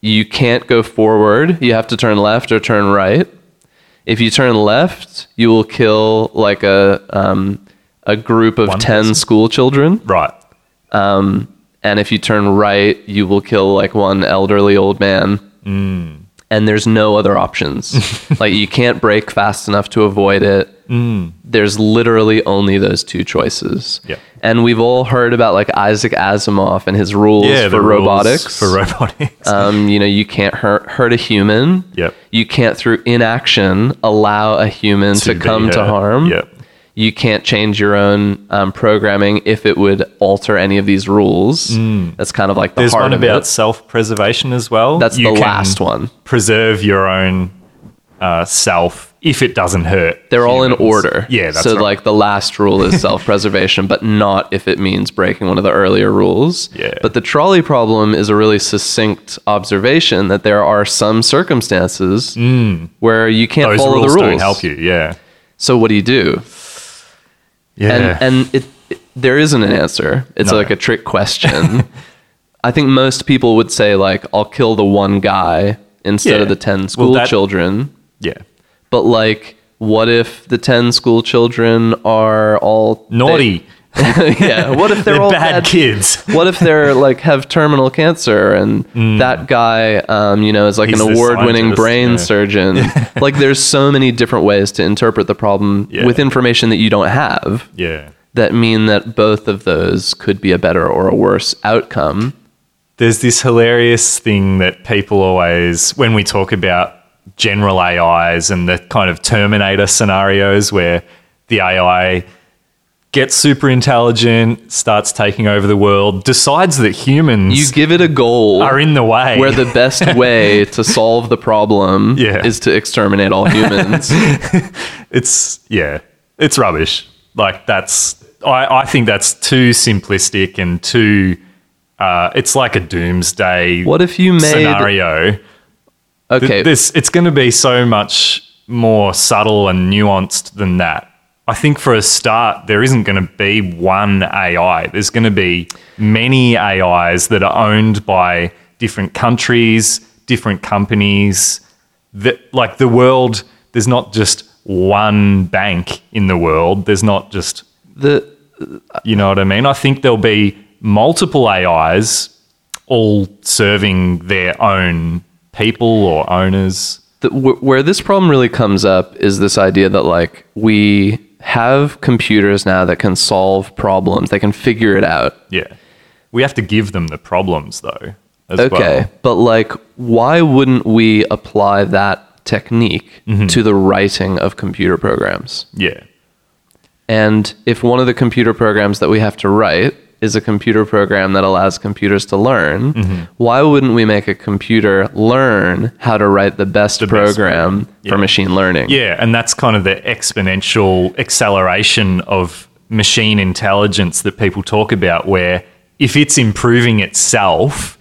A: you can't go forward. You have to turn left or turn right. If you turn left, you will kill like a um, a group of
B: One
A: ten
B: person?
A: school children.
B: right.
A: And if you turn right, you will kill like one elderly old man.
B: Mm.
A: And there's no other options. like you can't brake fast enough to avoid it.
B: Mm.
A: There's literally only those two choices.
B: Yep.
A: And we've all heard about like Isaac Asimov and his rules
B: Yeah.
A: for
B: the rules
A: robotics.
B: For robotics.
A: um, you know, you can't hurt, hurt a human.
B: Yep.
A: You can't through inaction allow a human to,
B: be
A: come to
B: hurt.
A: harm
B: Yep.
A: you can't change your own um, programming if it would alter any of these rules. That's kind of like the
B: Mm. There's
A: heart
B: one
A: of
B: about
A: it.
B: self-preservation as well.
A: That's
B: You
A: the
B: can
A: last one.
B: Preserve your own uh, self if it doesn't hurt.
A: They're all in
B: humans.
A: order.
B: Yeah, that's
A: so
B: right.
A: like the last rule is self-preservation, but not if it means breaking one of the earlier rules.
B: Yeah.
A: But the trolley problem is a really succinct observation that there are some circumstances where you can't
B: Mm. those
A: follow
B: rules,
A: the rules.
B: don't help you. Yeah.
A: So what do you do?
B: Yeah.
A: And and it, it- there isn't an answer. It's
B: No.
A: like a trick question. I think most people would say like I'll kill the one guy instead of
B: Yeah.
A: the 10
B: Well,
A: school
B: that-
A: children.
B: yeah.
A: But like what if the 10 school children are all they-
B: Naughty
A: yeah. What if they're,
B: They're
A: all
B: bad kids.
A: What if they're like have terminal cancer and that guy, um, you know, is like
B: Mm. He's
A: an
B: the
A: award-winning
B: scientist,
A: brain
B: yeah.
A: surgeon? like, there's so many different ways to interpret the problem
B: Yeah.
A: with information that you don't have
B: Yeah.
A: that mean that both of those could be a better or a worse outcome.
B: there's this hilarious thing that people always, when we talk about general AIs and the kind of Terminator scenarios where the AI gets super intelligent, starts taking over the world, decides that humans
A: You give it a goal.
B: are in the way.
A: where the best way to solve the problem
B: Yeah.
A: is to exterminate all humans.
B: it's yeah, it's rubbish. Like that's I, I think that's too simplistic and too. Uh, it's like a doomsday
A: what if you made
B: scenario. Th-
A: okay?
B: This it's going to be so much more subtle and nuanced than that. I think for a start, there isn't going to be one AI. There's going to be many AIs that are owned by different countries, different companies. That like the world, there's not just one bank in the world. There's not just
A: the
B: you know what I mean? I think there'll be multiple AIs all serving their own people or owners.
A: the, wh- where this problem really comes up is this idea that like we have computers now that can solve problems they can figure it out
B: Yeah. We have to give them the problems though. As
A: okay
B: Well.
A: but like why wouldn't we apply that technique
B: Mm-hmm.
A: to the writing of computer programs
B: Yeah.
A: and if one of the computer programs that we have to write is a computer program that allows computers to learn
B: Mm-hmm.
A: why wouldn't we make a computer learn how to write the best
B: best
A: program for machine learning
B: Yeah. And that's kind of the exponential acceleration of machine intelligence that people talk about, where if it's improving itself,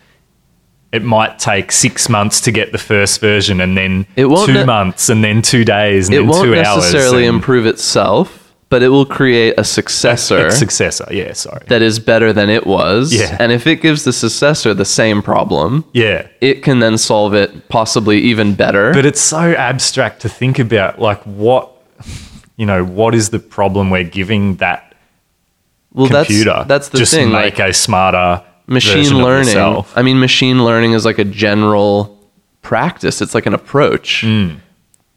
B: it might take six months to get the first version, and then
A: It won't
B: two
A: ne-
B: months, and then two days, and
A: it
B: then
A: won't
B: two hours.
A: necessarily
B: and-
A: improve itself, but it will create a successor
B: A successor, yeah, sorry.
A: that is better than it was.
B: Yeah.
A: And if it gives the successor the same problem,
B: yeah.
A: it can then solve it possibly even better.
B: But it's so abstract to think about like what you know, what is the problem we're giving that
A: well,
B: computer?
A: that's that's the
B: Just
A: thing.
B: make
A: Like
B: a smarter version
A: machine
B: of
A: learning.
B: itself.
A: I mean, machine learning is like a general practice. It's like an approach.
B: Mm.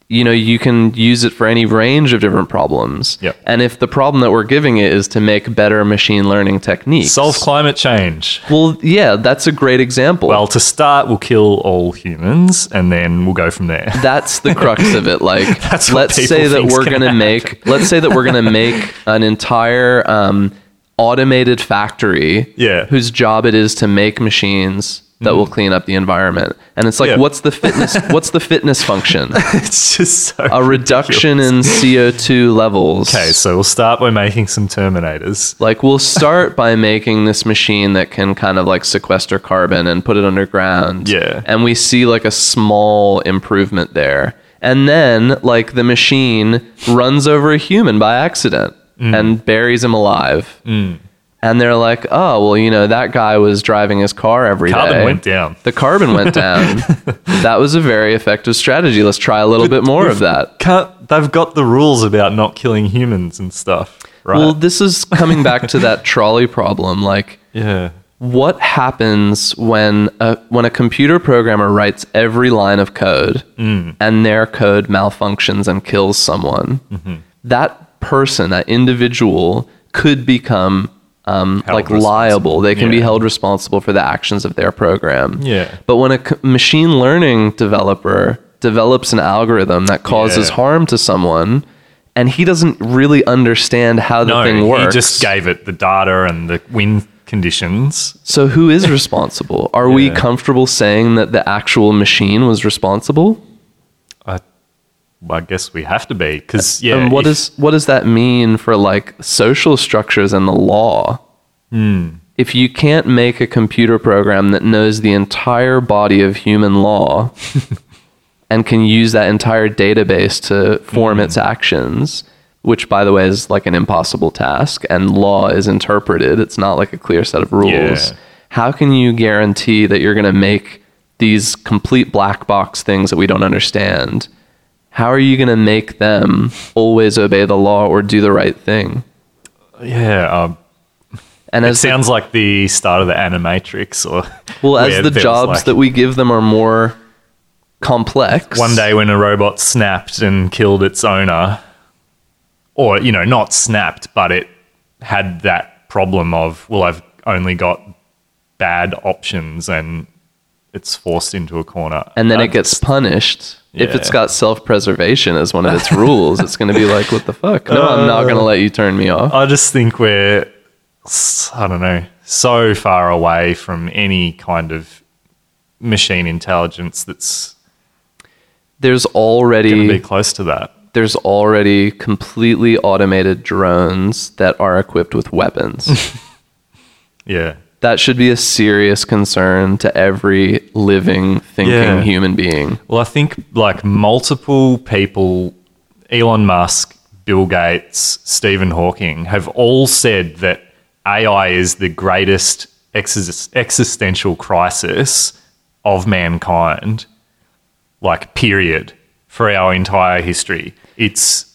A: You know, you can use it for any range of different problems.
B: Yep.
A: And if the problem that we're giving it is to make better machine learning techniques,
B: Solve climate change.
A: Well, yeah, that's a great example.
B: Well, to start, we'll kill all humans, and then we'll go from there.
A: that's the crux of it. Like,
B: That's what
A: let's
B: people
A: say that
B: think's
A: we're
B: gonna
A: going to make, let's say that we're going to make an entire um, automated factory
B: Yeah. Mm-hmm.
A: whose job it is to make machines that will clean up the environment. And it's like,
B: Yeah.
A: what's the fitness, what's the fitness function?
B: it's just so.
A: A reduction in CO2 levels.
B: okay, so we'll start by making some Terminators.
A: Like we'll start by making this machine that can kind of like sequester carbon and put it underground.
B: Yeah.
A: And we see like a small improvement there. And then like the machine runs over a human by accident
B: Mm.
A: and buries him alive. And they're like, "Oh, well, you know, that guy was driving his car every day.
B: Carbon went down.
A: The carbon went down. that was a very effective strategy. Let's try a little bit more of that.
B: Can't, they've got the rules about not killing humans and stuff, right?
A: Well, this is coming back to that trolley problem like
B: yeah.
A: what happens when a, when a computer programmer writes every line of code
B: Mm.
A: and their code malfunctions and kills someone
B: Mm-hmm.
A: that person that individual could become um,
B: Held
A: like liable they can be
B: Yeah.
A: held responsible for the actions of their program
B: Yeah.
A: but when a co- machine learning developer develops an algorithm that causes
B: Yeah.
A: harm to someone and he doesn't really understand how the
B: No,
A: thing works
B: he just gave it the data and the wind conditions.
A: So who is responsible? Are we comfortable saying that the actual machine was responsible?
B: I, well, I guess we have to be because yeah.
A: and what
B: if-
A: is what does that mean for like social structures and the law?
B: Hmm.
A: If you can't make a computer program that knows the entire body of human law and can use that entire database to form
B: Mm.
A: its actions, which by the way is like an impossible task and law is interpreted, it's not like a clear set of rules.
B: Yeah.
A: How can you guarantee that you're going to make these complete black box things that we don't understand? How are you going to make them always obey the law or do the right thing?
B: yeah? Um,
A: And
B: It
A: as the-
B: sounds like the start of the Animatrix, or
A: well, as
B: where
A: the
B: there was,
A: jobs
B: like,
A: that we give them are more complex,
B: one day when a robot snapped and killed its owner, or you know, not snapped, but it had that problem of well, I've only got bad options, and it's forced into a corner,
A: and then
B: Uh,
A: it gets punished. If it's
B: Yeah.
A: got self preservation as one of its rules, it's going to be like, what the fuck? No, I'm not
B: Uh,
A: going to let you turn me off.
B: I just think we're, s- I don't know, so far away from any kind of machine intelligence that's
A: There's
B: going to
A: already
B: be close to that.
A: there's already completely automated drones that are equipped with weapons.
B: Yeah.
A: that should be a serious concern to every living thinking
B: Yeah.
A: human being.
B: Well, I think like multiple people, Elon Musk, Bill Gates, Stephen Hawking, have all said that AI is the greatest exis- existential crisis of mankind, like, period, for our entire history. It's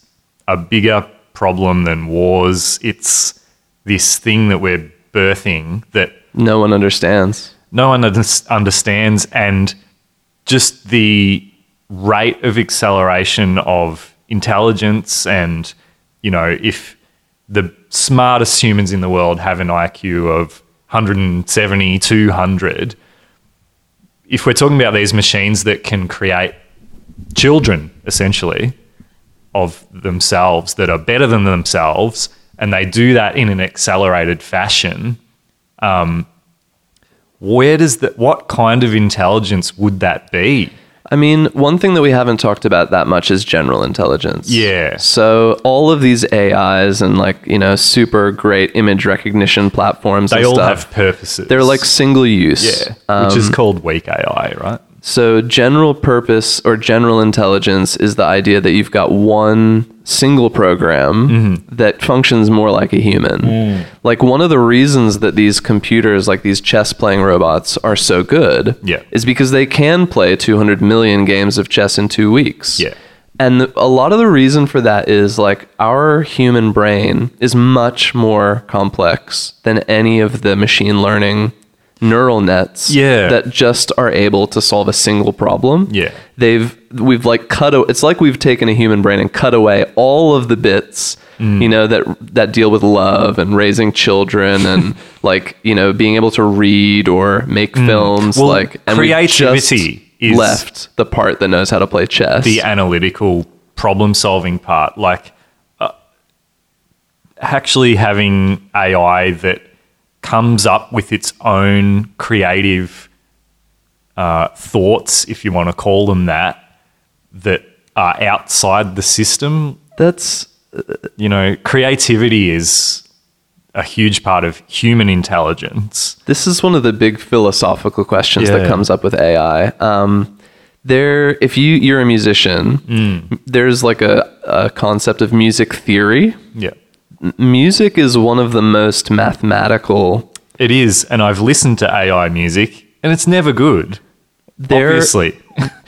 B: a bigger problem than wars. It's this thing that we're birthing that
A: No one understands.
B: no one under- understands and just the rate of acceleration of intelligence and you know if the smartest humans in the world have an IQ of 170 200 if we're talking about these machines that can create children essentially of themselves that are better than themselves and they do that in an accelerated fashion where does that what kind of intelligence would that be
A: I mean, one thing that we haven't talked about that much is general intelligence.
B: Yeah.
A: So all of these AIs and like, you know, super great image recognition platforms
B: they
A: and
B: all
A: stuff.
B: have purposes
A: they're like um, single use.
B: yeah which is called weak ai right
A: So, general purpose or general intelligence is the idea that you've got one single program
B: Mm-hmm.
A: that functions more like a human.
B: Mm.
A: Like, one of the reasons that these computers, like these chess playing robots, are so good
B: Yeah.
A: is because they can play 200 million games of chess in two weeks.
B: Yeah.
A: And th- a lot of the reason for that is like our human brain is much more complex than any of the machine learning neural nets
B: Yeah.
A: that just are able to solve a single problem.
B: Yeah.
A: They've we've like cut a, it's like we've taken a human brain and cut away all of the bits,
B: Mm.
A: you know, that that deal with love and raising children and like, you know, being able to read or make films
B: Mm. Well,
A: like and we've just
B: creativity is-
A: left the part that knows how to play chess.
B: the analytical problem solving part like uh, actually having ai that comes up with its own creative uh, thoughts if you want to call them that that are outside the system
A: That's
B: you know creativity is a huge part of human intelligence
A: This is one of the big philosophical questions that
B: Yeah.
A: comes up with AI. Um, there, if you you're a musician,
B: Mm.
A: there's like a, a concept of music theory.
B: Yeah.
A: M- Music is one of the most mathematical.
B: It is, and I've listened to AI music, and it's never good.
A: There,
B: Obviously,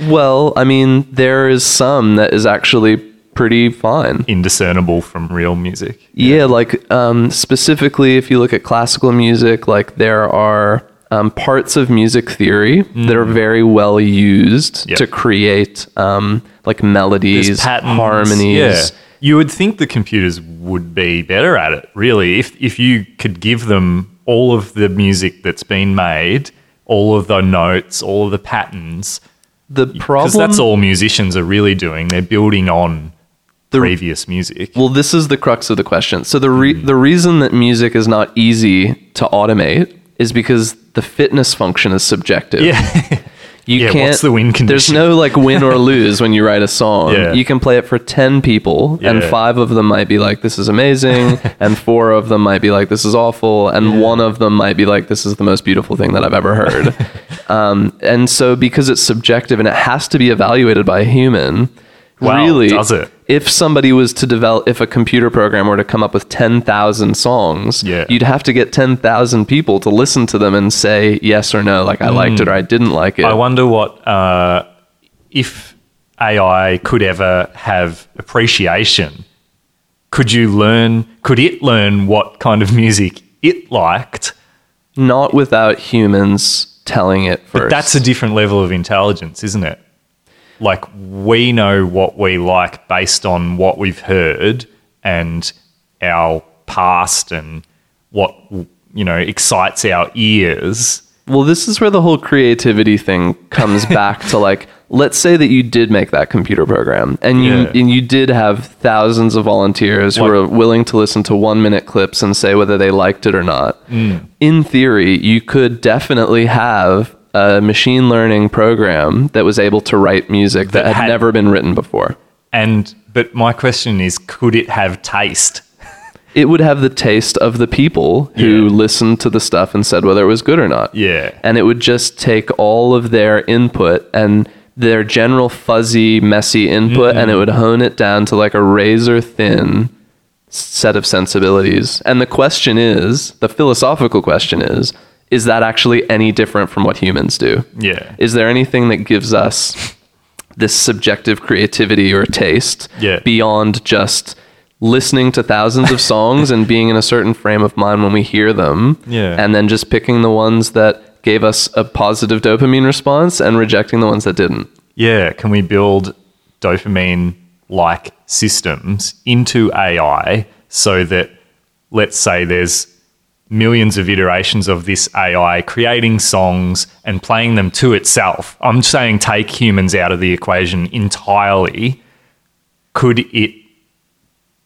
A: well, I mean, there is some that is actually pretty fine.
B: indiscernible from real music.
A: Yeah, like um, specifically, if you look at classical music, like there are um, parts of music theory that
B: Mm-hmm.
A: are very well used
B: Yep.
A: to create um, like melodies, harmonies.
B: Yeah. You would think the computers would be better at it, really, if if you could give them all of the music that's been made, all of the notes, all of the patterns.
A: The
B: Because
A: problem.
B: that's all musicians are really doing. They're building on previous music.
A: Well, this is the crux of the question. So the re-
B: Mm-hmm.
A: the reason that music is not easy to automate is because the fitness function is subjective.
B: yeah.
A: You
B: Yeah,
A: can't,
B: what's the win
A: There's
B: condition?
A: no like win or lose when you write a song.
B: Yeah.
A: You can play it for 10 people, and
B: Yeah.
A: five of them might be like, this is amazing, and four of them might be like, this is awful, and one of them might be like, this is the most beautiful thing that I've ever heard. um, and so, because it's subjective and it has to be evaluated by a human,
B: Wow,
A: really,
B: does it?
A: if somebody was to develop, if a computer program were to come up with 10,000 songs,
B: Yeah.
A: you'd have to get 10,000 people to listen to them and say yes or no, like I liked it or I didn't like it.
B: Mm. I wonder what uh, if AI could ever have appreciation. Could you learn? Could it learn what kind of music it liked.
A: Not without humans telling it first.
B: But that's a different level of intelligence, isn't it? Like we know what we like based on what we've heard and our past and what you know excites our ears.
A: Well, this is where the whole creativity thing comes back to like let's say that you did make that computer program and you
B: Yeah.
A: and you did have thousands of volunteers who
B: Like-
A: were willing to listen to 1 minute clips and say whether they liked it or not.
B: Mm.
A: In theory, you could definitely have a machine learning program that was able to write music that,
B: That
A: had
B: had-
A: never been written before.
B: And but my question is, could it have taste?
A: It would have the taste of the people who
B: Yeah.
A: listened to the stuff and said whether it was good or not.
B: Yeah.
A: and it would just take all of their input and their general fuzzy, messy input, and it
B: Mm-hmm.
A: would hone it down to like a razor thin set of sensibilities. And the question is the philosophical question is is that actually any different from what humans do?
B: Yeah.
A: Is there anything that gives us this subjective creativity or taste
B: Yeah.
A: beyond just listening to thousands of songs and being in a certain frame of mind when we hear them
B: Yeah.
A: and then just picking the ones that gave us a positive dopamine response and rejecting the ones that didn't
B: yeah, can we build dopamine like systems into AI so that let's say there's millions of iterations of this AI creating songs and playing them to itself. I'm saying take humans out of the equation entirely. Could it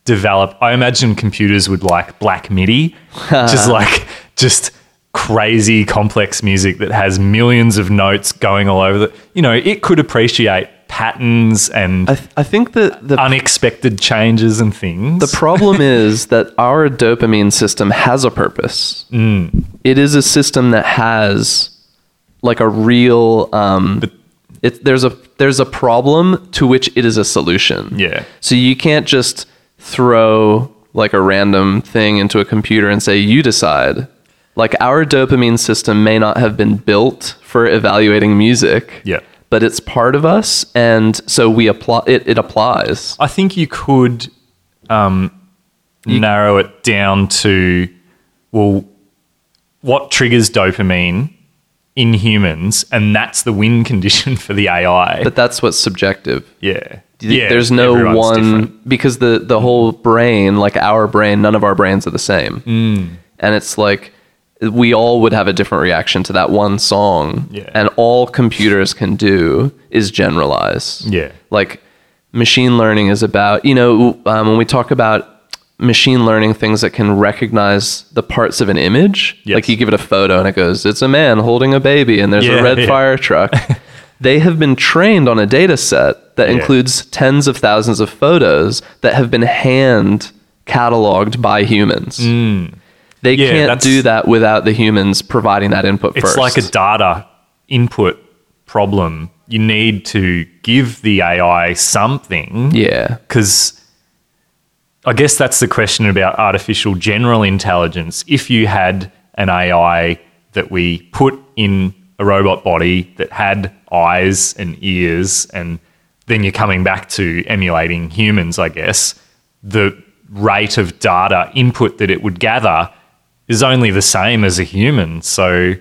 B: develop? I imagine computers would like Black MIDI, which is like just crazy complex music that has millions of notes going all over the you know it could appreciate patterns and
A: i, th- I think that the
B: unexpected changes and things
A: The problem is that our dopamine system has a purpose. It is a system that has like a real um it, there's a there's a problem to which it is a solution.
B: Yeah.
A: So you can't just throw like a random thing into a computer and say you decide. Like our dopamine system may not have been built for evaluating music.
B: Yeah.
A: But it's part of us and so we apply it it applies.
B: I think you could um, narrow it down to well, what triggers dopamine in humans, and that's the win condition for the AI.
A: But that's what's subjective.
B: yeah,
A: yeah,
B: yeah.
A: there's no
B: everyone's
A: one
B: different.
A: because the the whole brain like our brain none of our brains are the same
B: Mm.
A: and it's like we all would have a different reaction to that one song
B: Yeah.
A: and all computers can do is generalize
B: Yeah.
A: like machine learning is about you know um, when we talk about machine learning things that can recognize the parts of an image
B: Yes.
A: like you give it a photo and it goes it's a man holding a baby and there's a
B: Yeah,
A: red
B: yeah.
A: fire truck they have been trained on a data set that
B: Yeah.
A: includes tens of thousands of photos that have been hand cataloged by humans they
B: Mm. Yeah,
A: can't
B: that's-
A: do that without the humans providing that input
B: It's
A: first
B: like a data input problem. You need to give the AI something.
A: yeah
B: because I guess that's the question about artificial general intelligence. If you had an AI that we put in a robot body that had eyes and ears, and then you're coming back to emulating humans, I guess, the rate of data input that it would gather is only the same as a human. So,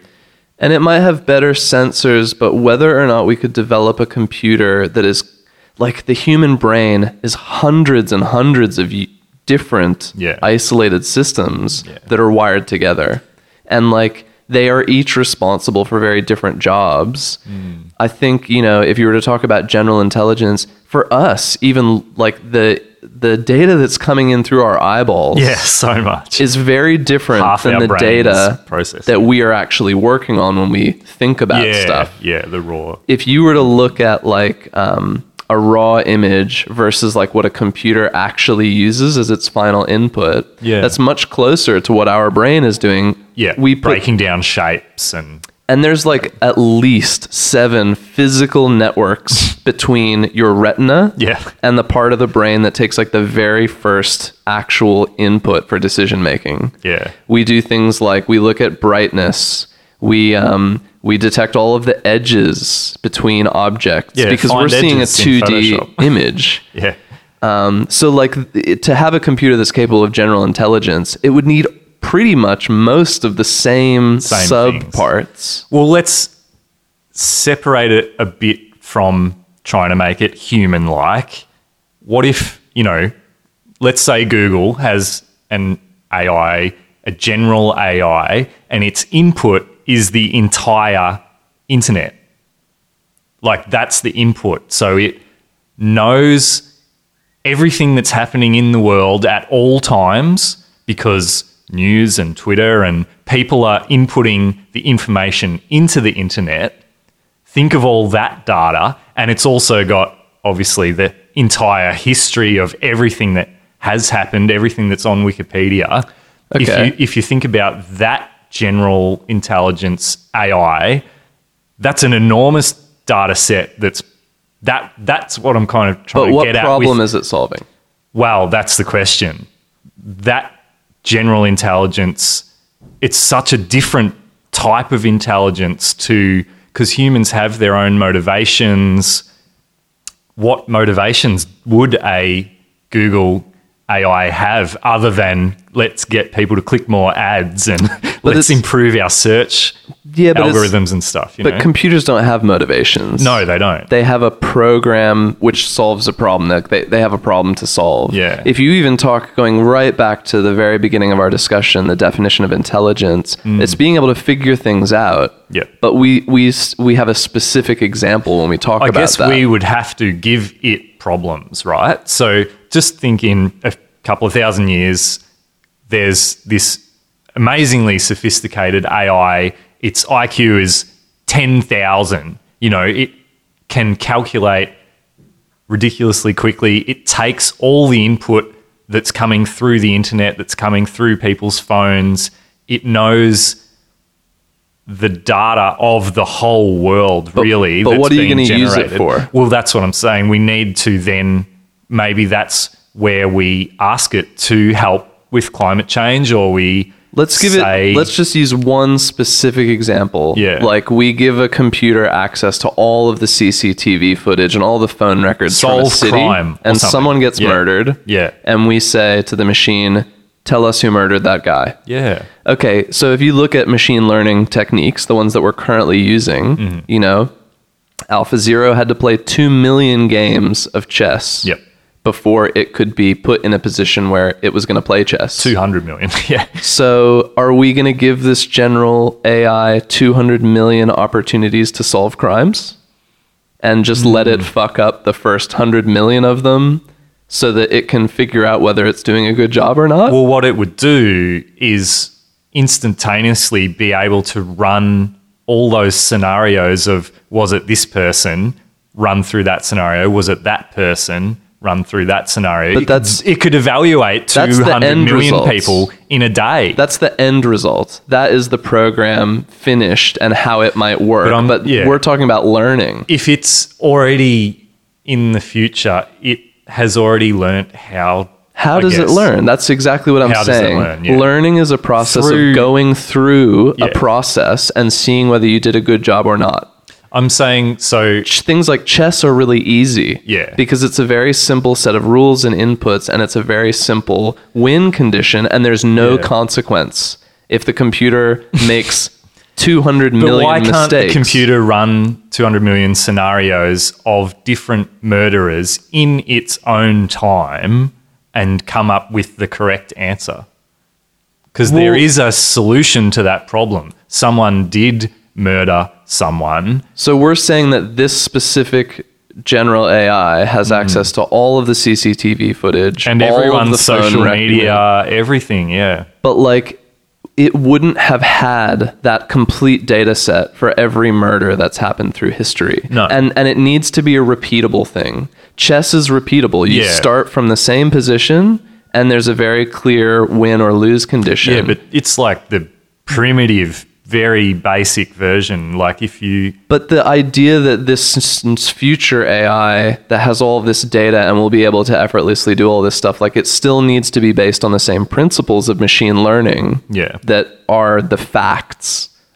A: and it might have better sensors but whether or not we could develop a computer that is like the human brain is hundreds and hundreds of y- different
B: Yeah.
A: isolated systems that are wired together and like they are each responsible for very different jobs
B: Hmm.
A: i think you know if you were to talk about general intelligence for us even like the the data that's coming in through our eyeballs
B: yeah, so much.
A: is very different
B: Half
A: than
B: our
A: the
B: brains
A: data
B: process.
A: that we are actually working on when we think about
B: yeah,
A: stuff.
B: yeah, the raw.
A: If you were to look at like um, a raw image versus like what a computer actually uses as its final input,
B: Yeah.
A: that's much closer to what our brain is doing.
B: Yeah,
A: we put,
B: breaking down shapes and
A: and there's like at least seven physical networks between your retina
B: Yeah.
A: and the part of the brain that takes like the very first actual input for decision making
B: yeah.
A: we do things like we look at brightness we um, we detect all of the edges between objects
B: Yeah,
A: because
B: find
A: we're seeing a
B: edges in
A: 2d
B: Photoshop.
A: image
B: Yeah.
A: um, so like th- to have a computer that's capable of general intelligence it would need pretty much most of the same,
B: Same
A: sub
B: things.
A: parts.
B: Well, let's separate it a bit from trying to make it human like. What if, you know, let's say Google has an AI, a general AI, and its input is the entire internet. Like, that's the input. So it knows everything that's happening in the world at all times because news and Twitter and people are inputting the information into the internet. Think of all that data. And it's also got obviously the entire history of everything that has happened, everything that's on Wikipedia.
A: Okay.
B: If, you, if you think about that general intelligence AI, that's an enormous data set that's that that's what I'm kind of trying
A: But
B: to
A: what
B: get at. with-
A: problem is it solving?
B: Wow, that's the question. That general intelligence, it's such a different type of intelligence to because humans have their own motivations. What motivations would a Google AI have other than let's get people to click more ads and
A: it's-
B: let's improve our search
A: Yeah, but, it's-
B: algorithms and stuff? You
A: but
B: know?
A: computers don't have motivations.
B: no, they don't.
A: they have a program which solves a problem. Like, They, they have a problem to solve.
B: Yeah.
A: If you even talk going right back to the very beginning of our discussion, the definition of intelligence, it's being able to figure things out.
B: Mm. Yeah.
A: But we we s- we have a specific example when we talk
B: I
A: about
B: guess
A: that.
B: we would have to give it problems, right? So just think in a couple of thousand years, there's this amazingly sophisticated AI. Its IQ is 10,000. You know, it can calculate ridiculously quickly. It takes all the input that's coming through the internet, that's coming through people's phones. It knows the data of the whole world, really.
A: but
B: that's
A: what are you
B: being
A: gonna use it
B: generated.
A: for?
B: Well, that's what I'm saying. We need to then, maybe that's where we ask it to help with climate change or we.
A: Let's give
B: say-
A: it. Let's just use one specific example.
B: Yeah.
A: Like we give a computer access to all of the CCTV footage and all the phone records from a
B: Solve
A: city,
B: crime or
A: and
B: something.
A: someone gets
B: Yeah.
A: murdered.
B: Yeah.
A: And we say to the machine, "Tell us who murdered that guy."
B: Yeah.
A: Okay, so if you look at machine learning techniques, the ones that we're currently using,
B: Mm-hmm.
A: you know, AlphaZero had to play 2 million games of chess
B: Yep.
A: before it could be put in a position where it was going to play chess.
B: 200 million. yeah.
A: So, are we going to give this general AI 200 million opportunities to solve crimes and just let
B: Hmm.
A: it fuck up the first 100 million of them so that it can figure out whether it's doing a good job or not?
B: Well, what it would do is instantaneously be able to run all those scenarios of was it this person run through that scenario, was it that person run through that scenario. But
A: that's-
B: it could evaluate
A: that's the
B: 200
A: end
B: million
A: results.
B: people in a day.
A: That's the end result. That is the program finished and how it might work.
B: But
A: But,
B: I'm- yeah.
A: we're talking about learning.
B: if it's already in the future, it has already learnt how.
A: How
B: I
A: does it
B: guess.
A: learn? That's exactly what I'm
B: How does it
A: saying.
B: learn? Yeah.
A: Learning is a process
B: Through-
A: of going through
B: Yeah.
A: a process and seeing whether you did a good job or not.
B: I'm saying so.
A: ch- things like chess are really easy.
B: Yeah.
A: Because it's a very simple set of rules and inputs, and it's a very simple win condition, and there's no
B: Yeah.
A: consequence if the computer makes 200
B: But
A: million
B: why can't the
A: mistakes.
B: computer run 200 million scenarios of different murderers in its own time and come up with the correct answer? Because there
A: Well-
B: is a solution to that problem. Someone did murder someone.
A: so we're saying that this specific general AI has access to all of the CCTV footage
B: Hmm. And
A: all of the
B: everyone's
A: phone
B: social
A: record-
B: media, everything, yeah.
A: but like it wouldn't have had that complete data set for every murder that's happened through history.
B: No.
A: And and it needs to be a repeatable thing. Chess is repeatable. You
B: Yeah.
A: start from the same position and there's a very clear win or lose condition.
B: Yeah, but it's like the primitive, very basic version. Like if you
A: But the idea that this s- s- future AI that has all of this data and will be able to effortlessly do all this stuff, like it still needs to be based on the same principles of machine learning
B: Yeah.
A: that are the facts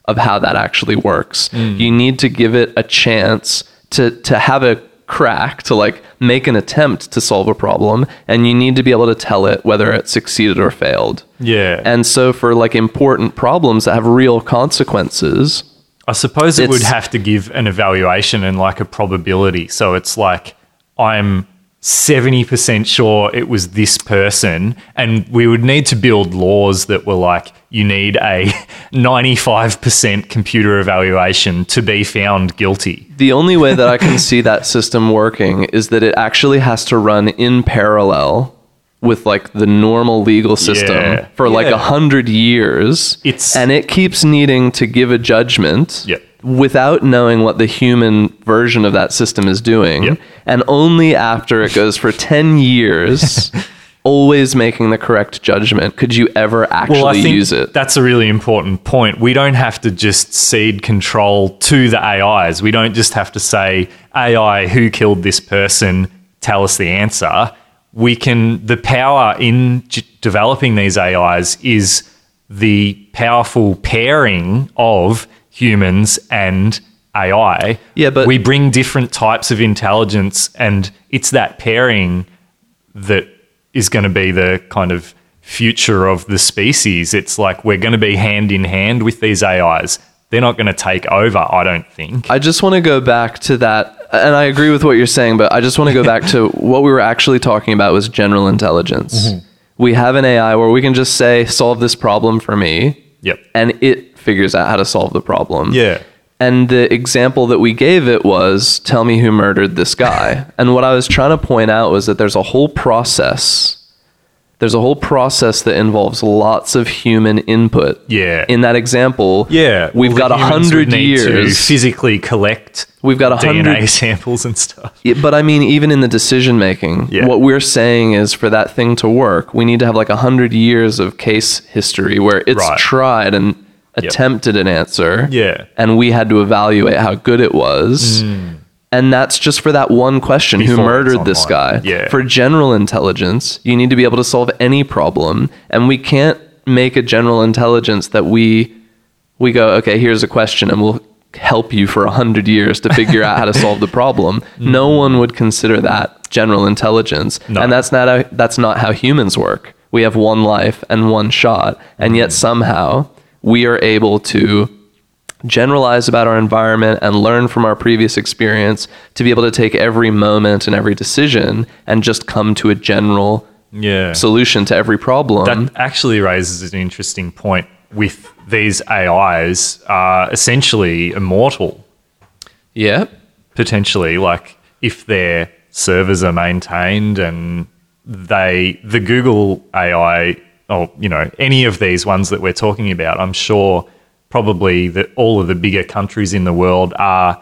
B: Mm.
A: of how that actually works. You need to give it a chance to, to have a crack to like make an attempt to solve a problem and you need to be able to tell it whether it succeeded or failed.
B: Yeah.
A: And so for like important problems that have real consequences,
B: I suppose it
A: It's-
B: would have to give an evaluation and like a probability. So it's like I'm 70% sure it was this person and we would need to build laws that were like you need a 95% computer evaluation to be found guilty.
A: the only way that I can see that system working is that it actually has to run in parallel with like the normal legal system
B: Yeah.
A: for like
B: Yeah.
A: a hundred years.
B: It's-
A: and it keeps needing to give a judgment
B: Yep.
A: without knowing what the human version of that system is doing.
B: Yep.
A: And only after it goes for ten years always making the correct judgment could you ever actually use it.
B: That's a really important point. We don't have to just cede control to the AIs. We don't just have to say, AI, who killed this person? Tell us the answer. We can, the power in j- developing these AIs is the powerful pairing of humans and AI.
A: Yeah, but-
B: we bring different types of intelligence, and it's that pairing that is going to be the kind of future of the species. It's like we're going to be hand in hand with these AIs. They're not going to take over, I don't think.
A: I just want to go back to that, and I agree with what you're saying, but I just want to go back to what we were actually talking about was general intelligence.
B: Mm-hmm.
A: We have an AI where we can just say, solve this problem for me.
B: Yep.
A: And it figures out how to solve the problem.
B: Yeah.
A: And the example that we gave it was, tell me who murdered this guy. and what I was trying to point out was that there's a whole process. There's a whole process that involves lots of human input.
B: Yeah.
A: In that example,
B: Yeah,
A: we've got
B: well, the
A: a
B: humans would
A: hundred
B: need to
A: years.
B: physically collect
A: We've got a
B: DNA
A: hundred
B: samples and stuff.
A: yeah, but I mean, even in the decision making,
B: Yeah.
A: what we're saying is for that thing to work, we need to have like a hundred years of case history where it's
B: Right.
A: tried and attempted an answer.
B: Yeah. Mm-hmm.
A: And we had to evaluate how good it was. And that's just for that one question who
B: Before it's
A: murdered this
B: online.
A: guy?
B: Yeah.
A: For general intelligence, you need to be able to solve any problem. And we can't make a general intelligence that we we go, okay, here's a question, and we'll help you for a hundred years to figure out how to solve the problem. No one would consider that general intelligence,
B: No.
A: and that's not how, that's not how humans work. We have one life and one shot, and
B: Mm.
A: yet somehow we are able to generalize about our environment and learn from our previous experience to be able to take every moment and every decision and just come to a general
B: Yeah.
A: solution to every problem.
B: That actually raises an interesting point with these AIs are essentially immortal.
A: yeah.
B: potentially like if their servers are maintained and they the Google AI or you know any of these ones that we're talking about I'm sure probably that all of the bigger countries in the world are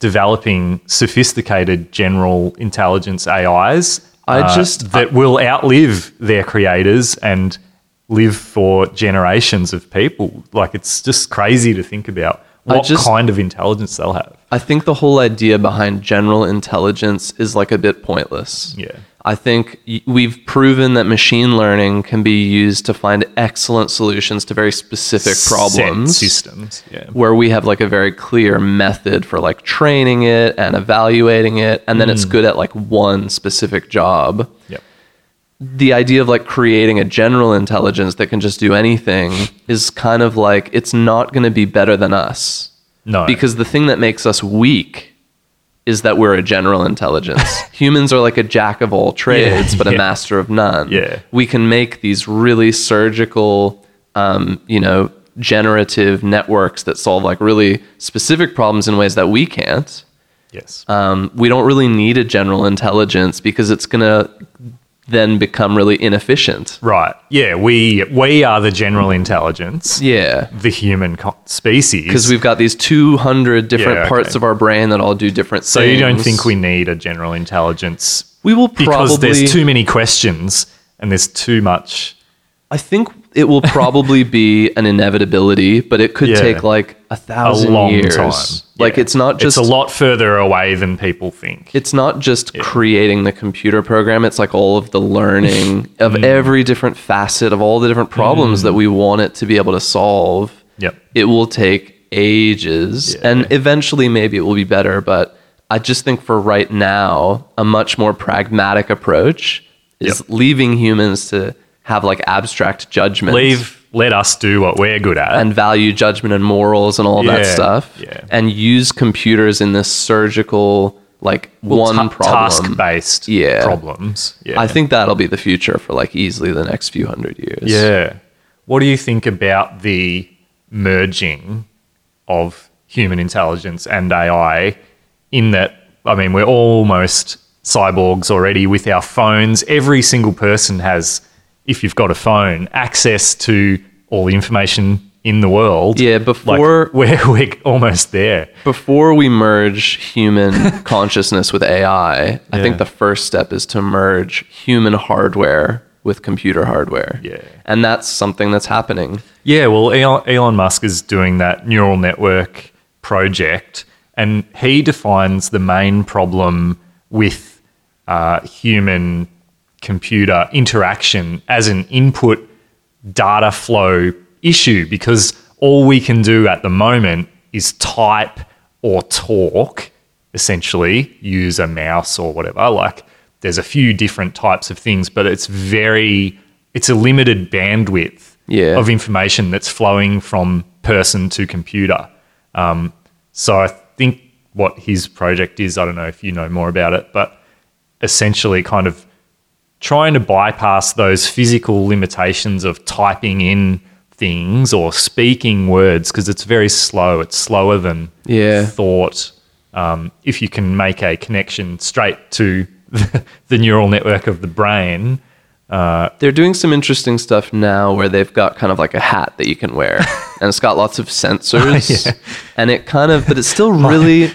B: developing sophisticated general intelligence AIs
A: I just-
B: that will outlive their creators and live for generations of people like it's just crazy to think about
A: I
B: what
A: just-
B: kind of intelligence they'll have
A: I think the whole idea behind general intelligence is like a bit pointless.
B: Yeah.
A: I think y- we've proven that machine learning can be used to find excellent solutions to very specific problems
B: Set systems. Yeah.
A: where we have like a very clear method for like training it and evaluating it and then it's good at like one specific job.
B: Yep.
A: The idea of like creating a general intelligence that can just do anything is kind of like it's not going to be better than us.
B: No.
A: Because the thing that makes us weak is that we're a general intelligence. Humans are like a jack of all trades, but a
B: yeah.
A: master of none.
B: Yeah.
A: We can make these really surgical, um, you know, generative networks that solve like really specific problems in ways that we can't.
B: yes.
A: Um, we don't really need a general intelligence because it's going to then become really inefficient.
B: right. Yeah. We we are the general intelligence,
A: Yeah.
B: the human co- species.
A: Because we've got these 200 different
B: Yeah, okay.
A: parts of our brain that all do different
B: so
A: things.
B: you don't think we need a general intelligence
A: We will probably
B: because there's too many questions and there's too much.
A: I think it will probably be an inevitability, but it could
B: Yeah.
A: take like a
B: A
A: thousand
B: long
A: years.
B: time.
A: Like
B: Yeah.
A: it's not just
B: it's a lot further away than people think.
A: it's not just creating the computer program. It's like all of the learning of
B: Mm.
A: every different facet of all the different problems that we want it to be able to solve.
B: Yep.
A: It will take ages,
B: Yeah.
A: and eventually maybe it will be better, but I just think for right now, a much more pragmatic approach is leaving humans to have like abstract judgments
B: Leave, let us do what we're good at.
A: and value judgment and morals and all that
B: Yeah,
A: stuff,
B: yeah.
A: and use computers in this surgical like one problem.
B: task based
A: Yeah.
B: problems. Yeah.
A: I think that'll be the future for like easily the next few hundred years.
B: Yeah. What do you think about the merging of human intelligence and AI in that I mean we're almost cyborgs already with our phones. Every single person has if you've got a phone access to all the information in the world.
A: Yeah,
B: Like,
A: before
B: we're, we're almost there.
A: before we merge human consciousness with AI, I
B: Yeah.
A: think the first step is to merge human hardware with computer hardware.
B: Yeah.
A: And that's something that's happening.
B: Yeah, well, Elon, Elon Musk is doing that neural network project, and he defines the main problem with uh, human computer interaction as an input data flow issue because all we can do at the moment is type or talk, essentially, use a mouse or whatever. Like, there's a few different types of things, but it's very, it's a limited bandwidth
A: Yeah.
B: of information that's flowing from person to computer. Um, so I think what his project is, I don't know if you know more about it, but essentially kind of trying to bypass those physical limitations of typing in things or speaking words because it's very slow. It's slower than
A: Yeah.
B: thought. Um, if you can make a connection straight to the neural network of the brain,
A: They're doing some interesting stuff now where they've got kind of like a hat that you can wear and it's got lots of sensors and it kind of but it's still really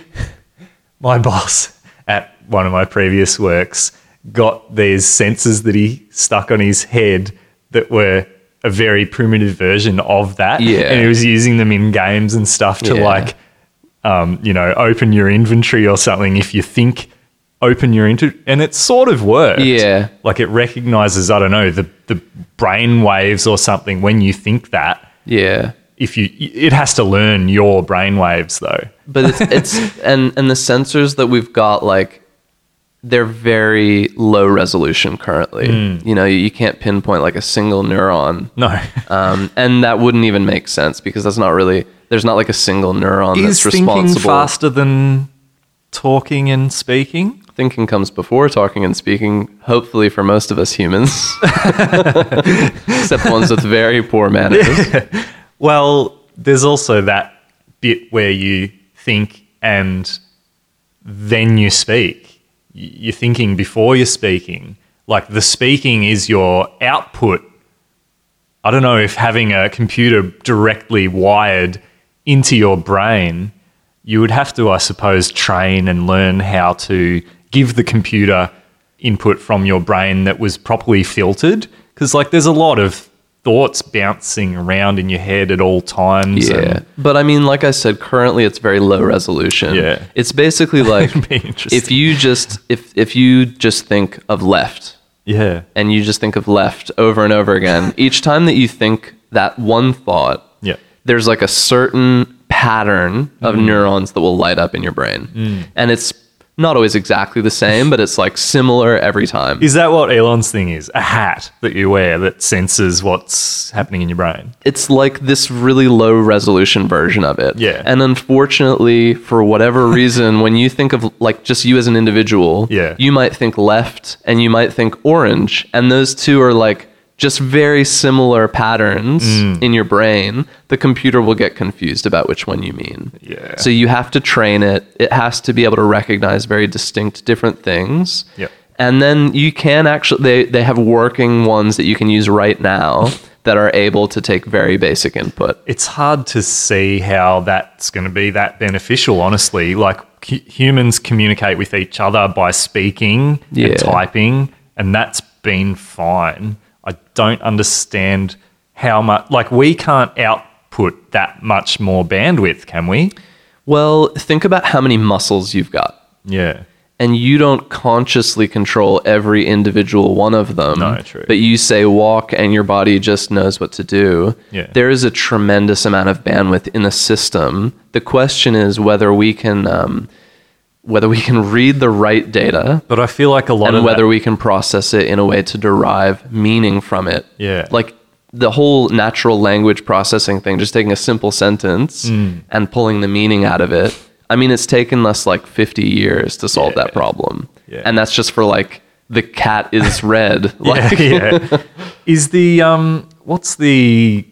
B: my boss at one of my previous works got these sensors that he stuck on his head that were a very primitive version of that.
A: Yeah.
B: And he was using them in games and stuff to
A: Yeah.
B: like, um, you know, open your inventory or something if you think open your inventory. And it sort of worked.
A: Yeah.
B: Like it recognizes, I don't know, the, the brain waves or something when you think that.
A: yeah.
B: If you, it has to learn your brain waves though.
A: but it's, it's and and the sensors that we've got like they're very low resolution currently
B: Mm.
A: you know you can't pinpoint like a single neuron
B: No.
A: um, and that wouldn't even make sense because that's not really there's not like a single neuron
B: is
A: that's
B: thinking
A: responsible
B: faster than talking and speaking?
A: thinking comes before talking and speaking hopefully for most of us humans except ones with very poor manners
B: Well, there's also that bit where you think and then you speak. Y- You're thinking before you're speaking. Like the speaking is your output. I don't know if having a computer directly wired into your brain, you would have to, I suppose, train and learn how to give the computer input from your brain that was properly filtered. Because, like, there's a lot of thoughts bouncing around in your head at all times.
A: yeah
B: and-
A: but i mean like i said currently it's very low resolution
B: Yeah.
A: it's basically like
B: It'd be interesting.
A: if you just if if you just think of left
B: yeah.
A: and you just think of left over and over again each time that you think that one thought
B: Yeah.
A: there's like a certain pattern of
B: Mm.
A: neurons that will light up in your brain and it's not always exactly the same but it's like similar every time
B: Is that what Elon's thing is? A hat that you wear that senses what's happening in your brain?
A: it's like this really low resolution version of it.
B: Yeah.
A: And unfortunately, for whatever reason, when you think of like just you as an individual,
B: Yeah.
A: you might think left and you might think orange. And those two are like just very similar patterns
B: Mm.
A: in your brain. The computer will get confused about which one you mean.
B: Yeah.
A: So you have to train it. It has to be able to recognize very distinct different things.
B: Yep.
A: And then you can actually they, they have working ones that you can use right now that are able to take very basic input.
B: It's hard to see how that's going to be that beneficial, honestly. Like hu- humans communicate with each other by speaking
A: Yeah.
B: and typing, and that's been fine. I don't understand how much, like, we can't output that much more bandwidth, can we?
A: Well, think about how many muscles you've got.
B: Yeah.
A: And you don't consciously control every individual one of them.
B: No, true.
A: But you say walk and your body just knows what to do.
B: Yeah.
A: There is a tremendous amount of bandwidth in the system. The question is whether we can um, whether we can read the right data
B: But I feel like a lot
A: and
B: of
A: whether
B: that,
A: we can process it in a way to derive meaning from it.
B: Yeah.
A: Like the whole natural language processing thing, just taking a simple sentence
B: Mm.
A: and pulling the meaning out of it. I mean, it's taken us like 50 years to solve that problem.
B: Yeah.
A: And that's just for like the cat is red. like,
B: yeah, yeah. is the um what's the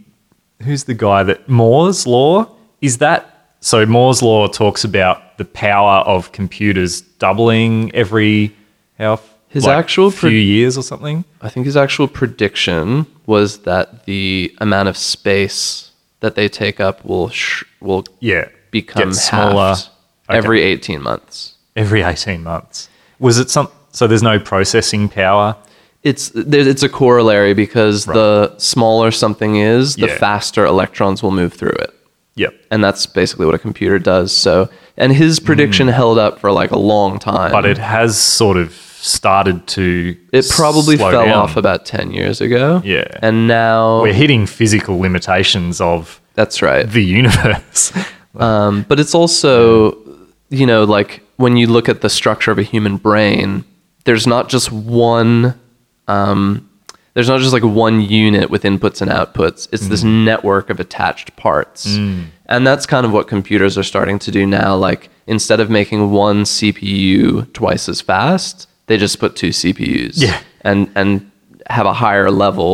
B: who's the guy that Moore's law is that so Moore's law talks about the power of computers doubling every how f-
A: His actual
B: few
A: pre-
B: years or something.
A: I think his actual prediction was that the amount of space that they take up will sh- will
B: Yeah,
A: become
B: Get smaller.
A: halved
B: Okay.
A: every 18 months.
B: every eighteen months. Was it some? So there's no processing power.
A: it's there, it's a corollary because the smaller something is, the
B: Yeah.
A: faster electrons will move through it,
B: Yep.
A: and that's basically what a computer does. So, and his prediction held up for like a long time,
B: Hmm. But it has sort of started to.
A: Uh, it probably
B: slow
A: fell
B: down.
A: off about ten years ago.
B: Yeah.
A: and now
B: We're hitting physical limitations of
A: that's right.
B: the universe.
A: Um, but it's also, you know, like when you look at the structure of a human brain, there's not just one, um, there's not just like one unit with inputs and outputs. It's this network of attached parts. And that's kind of what computers are starting to do now. Like instead of making one CPU twice as fast, they just put two CPUs
B: Yeah.
A: and, and have a higher level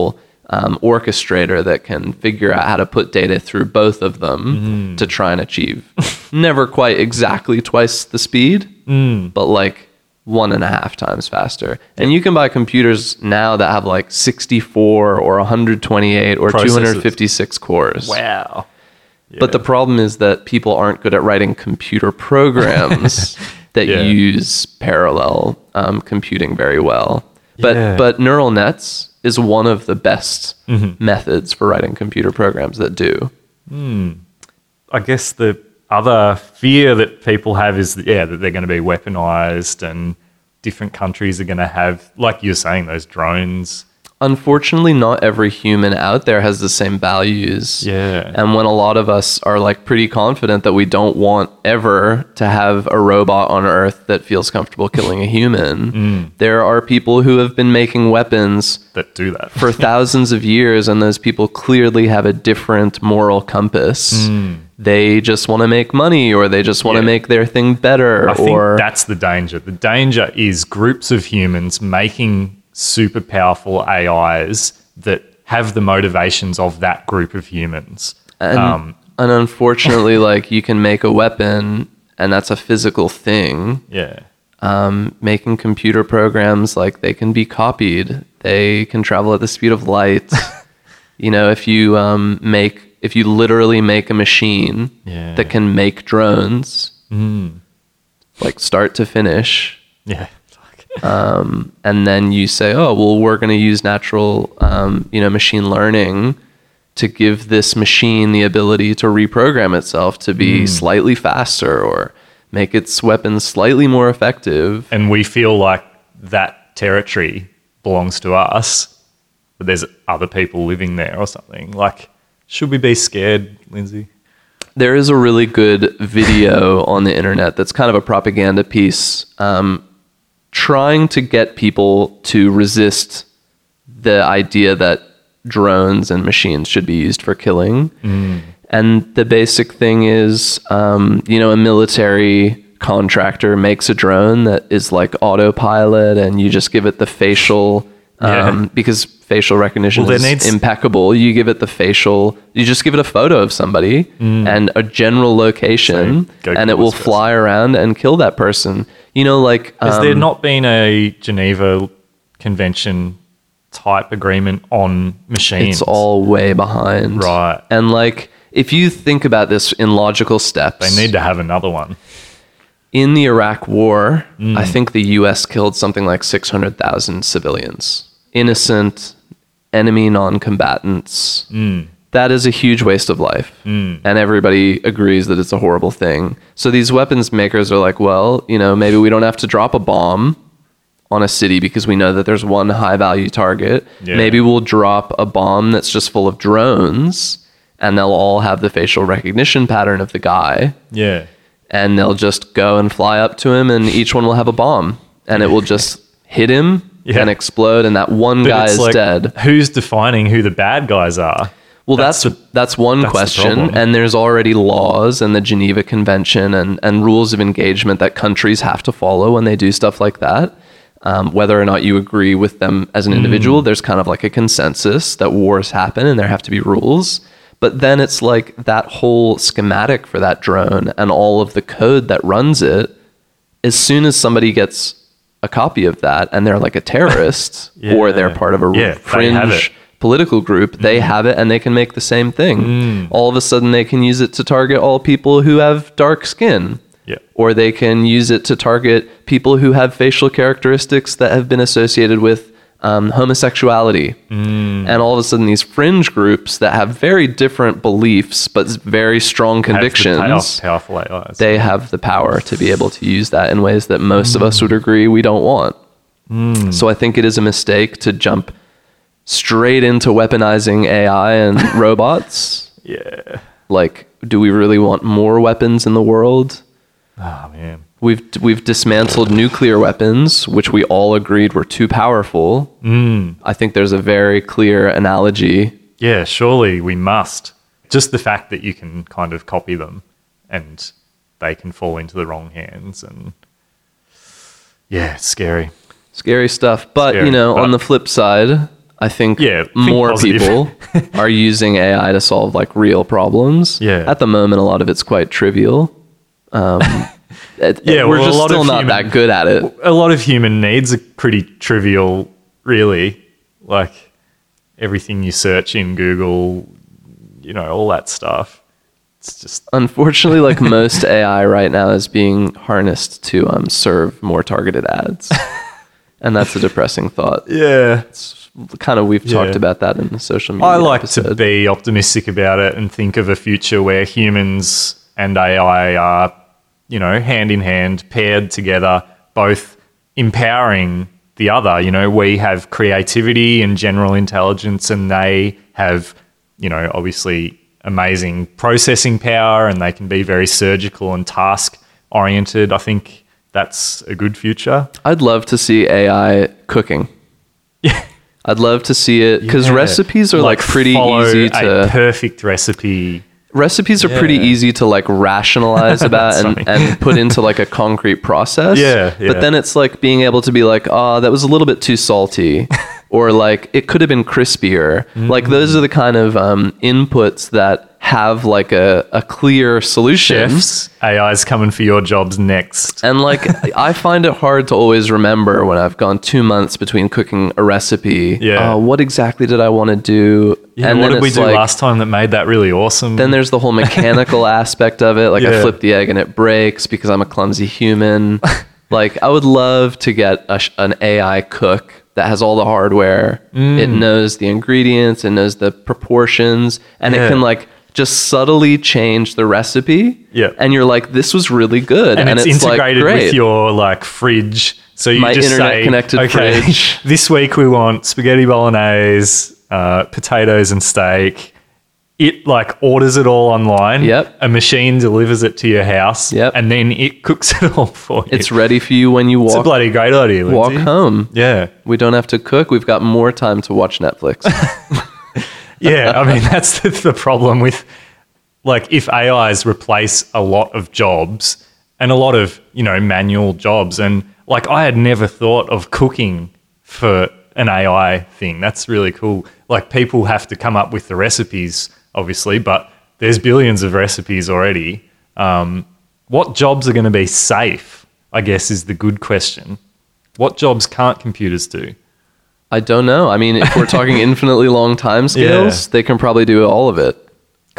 A: um, orchestrator that can figure out how to put data through both of them to try and achieve never quite exactly twice the speed, but like one and a half times faster. And you can buy computers now that have like 64 or 128 or
B: Processors.
A: 256 cores.
B: wow.
A: But the problem is that people aren't good at writing computer programs that
B: Yeah.
A: use parallel um, computing very well. But
B: Yeah.
A: but neural nets is one of the best
B: Mm-hmm.
A: methods for writing computer programs that do.
B: I guess the other fear that people have is that, yeah that they're going to be weaponized and different countries are going to have like you're saying those drones.
A: Unfortunately, not every human out there has the same values.
B: Yeah.
A: And when a lot of us are like pretty confident that we don't want ever to have a robot on Earth that feels comfortable killing a human,
B: Mm.
A: there are people who have been making weapons
B: That do that.
A: for thousands of years, and those people clearly have a different moral compass. They just want to make money, or they just want to
B: Mm. Yeah.
A: make their thing better,
B: I think
A: or
B: that's the danger. The danger is groups of humans making super powerful AIs that have the motivations of that group of humans.
A: and,
B: um,
A: and unfortunately, like you can make a weapon, and that's a physical thing.
B: yeah.
A: Um, making computer programs like they can be copied. They can travel at the speed of light. you know, if you um, make if you literally make a machine
B: Yeah.
A: that can make drones, like start to finish,
B: Yeah. Fuck.
A: and then you say, "Oh, well, we're going to use natural, um, you know, machine learning to give this machine the ability to reprogram itself to be slightly faster or make its weapons slightly more effective."
B: and we feel like that territory belongs to us, but there's other people living there or something. Like, should we be scared, Lindsay?
A: There is a really good video on the internet that's kind of a propaganda piece, um, trying to get people to resist the idea that drones and machines should be used for killing. And the basic thing is, um, you know, a military contractor makes a drone that is like autopilot, and you just give it the facial.
B: Yeah.
A: Um, because facial recognition
B: Well, there
A: is
B: needs-
A: impeccable. You give it the facial, you just give it a photo of somebody
B: Mm.
A: and a general location,
B: So, go
A: and
B: kill
A: it will
B: this
A: fly around and kill that person. You know, like
B: Has there
A: um,
B: not been a Geneva Convention type agreement on machines?
A: it's all way behind,
B: Right.
A: And like, if you think about this in logical steps,
B: They need to have another one.
A: in the Iraq War, I think the U.S. killed something like six hundred thousand civilians, innocent, enemy non-combatants. That is a huge waste of life, and everybody agrees that it's a horrible thing. So these weapons makers are like, well, you know, maybe we don't have to drop a bomb on a city because we know that there's one high value target.
B: Yeah.
A: Maybe we'll drop a bomb that's just full of drones, and they'll all have the facial recognition pattern of the guy
B: Yeah.
A: and they'll just go and fly up to him, and each one will have a bomb, and it will just hit him
B: Yeah.
A: and explode, and that one
B: But
A: guy
B: it's
A: is
B: like,
A: dead.
B: Who's defining who the bad guys are?
A: Well, that's that's, one
B: the
A: question,
B: problem.
A: and there's already laws and the Geneva Convention and and rules of engagement that countries have to follow when they do stuff like that. Um, whether or not you agree with them as an
B: Mm.
A: individual, there's kind of like a consensus that wars happen and there have to be rules. But then it's like that whole schematic for that drone and all of the code that runs it. As soon as somebody gets a copy of that and they're like a terrorist or they're
B: Yeah.
A: part of a
B: Yeah, they have
A: fringe
B: it.
A: political group, they
B: Mm-hmm.
A: have it and they can make the same thing.
B: Mm.
A: All of a sudden, they can use it to target all people who have dark skin.
B: Yeah.
A: Or they can use it to target people who have facial characteristics that have been associated with um, homosexuality.
B: Mm.
A: And all of a sudden, these fringe groups that have very different beliefs but very strong
B: Have the
A: convictions
B: pow- powerful AIs.
A: they have the power to be able to use that in ways that most of us would agree we don't want. So I think it is a mistake to jump straight into weaponizing AI and robots.
B: yeah.
A: Like, do we really want more weapons in the world?
B: Oh man.
A: We've we've dismantled nuclear weapons, which we all agreed were too powerful. I think there's a very clear analogy.
B: Yeah, surely we must. Just the fact that you can kind of copy them and they can fall into the wrong hands and yeah, it's scary.
A: Scary stuff, but
B: Scary,
A: you know, on
B: but-
A: the flip side, I think
B: Yeah, think
A: more
B: positive.
A: people are using AI to solve like real problems.
B: Yeah.
A: At the moment, a lot of it's quite trivial. Um, it-
B: Yeah,
A: we're
B: well, a
A: just
B: lot
A: still
B: of
A: not
B: human-
A: that good at it.
B: A lot of human needs are pretty trivial, really. Like everything you search in Google, you know, all that stuff. It's just
A: Unfortunately, like most AI right now is being harnessed to um, serve more targeted ads, and that's a depressing thought.
B: yeah.
A: It's kind of we've talked
B: Yeah.
A: about that in the social media.
B: I like
A: episode.
B: to be optimistic about it and think of a future where humans and AI are, you know, hand in hand, paired together, both empowering the other. You know, we have creativity and general intelligence, and they have, you know, obviously amazing processing power and they can be very surgical and task oriented. I think that's a good future.
A: I'd love to see AI cooking.
B: Yeah.
A: I'd love to see it because recipes are like, pretty
B: follow
A: easy
B: a
A: to
B: perfect recipe.
A: recipes are pretty
B: Yeah.
A: easy to like rationalize about
B: That's
A: and,
B: funny.
A: and put into like a concrete process.
B: Yeah,
A: But
B: yeah.
A: then it's like being able to be like, oh, that was a little bit too salty. or like it could have been crispier.
B: Mm-hmm.
A: Like those are the kind of um, inputs that have like a, a clear solution.
B: chefs. AI's coming for your jobs next.
A: And like I find it hard to always remember when I've gone two months between cooking a recipe.
B: Yeah.
A: Uh, what exactly did I want to do?
B: Yeah, what did we
A: it's
B: do
A: like-
B: last time that made that really awesome?
A: Then there's the whole mechanical aspect of it. Like I
B: Yeah.
A: flip the egg and it breaks because I'm a clumsy human. like I would love to get a, sh- an AI cook that has all the hardware. It
B: Mm.
A: knows the ingredients. It knows the proportions, and it
B: Yeah.
A: can like just subtly change the recipe.
B: Yeah.
A: And you're like, this was really good.
B: and, it's, integrated
A: like,
B: with
A: great.
B: your like fridge. So you
A: My
B: just say,
A: internet-connected
B: okay,
A: fridge."
B: this week we want spaghetti bolognese, uh, potatoes and steak. It like orders it all online.
A: Yep.
B: A machine delivers it to your house.
A: Yep.
B: And then it cooks it all for you.
A: It's ready for you when you
B: It's a
A: walk
B: bloody great idea.
A: walk
B: Lindsay.
A: home.
B: Yeah.
A: We don't have to cook. We've got more time to watch Netflix.
B: yeah, I mean that's the, the problem with like if AIs replace a lot of jobs and a lot of you know manual jobs, and like I had never thought of cooking for an AI thing. That's really cool. Like people have to come up with the recipes, obviously, but there's billions of recipes already. Um, what jobs are going to be safe? I guess is the good question. What jobs can't computers do?
A: I don't know. I mean, if we're talking infinitely long time scales, they can probably do all of it.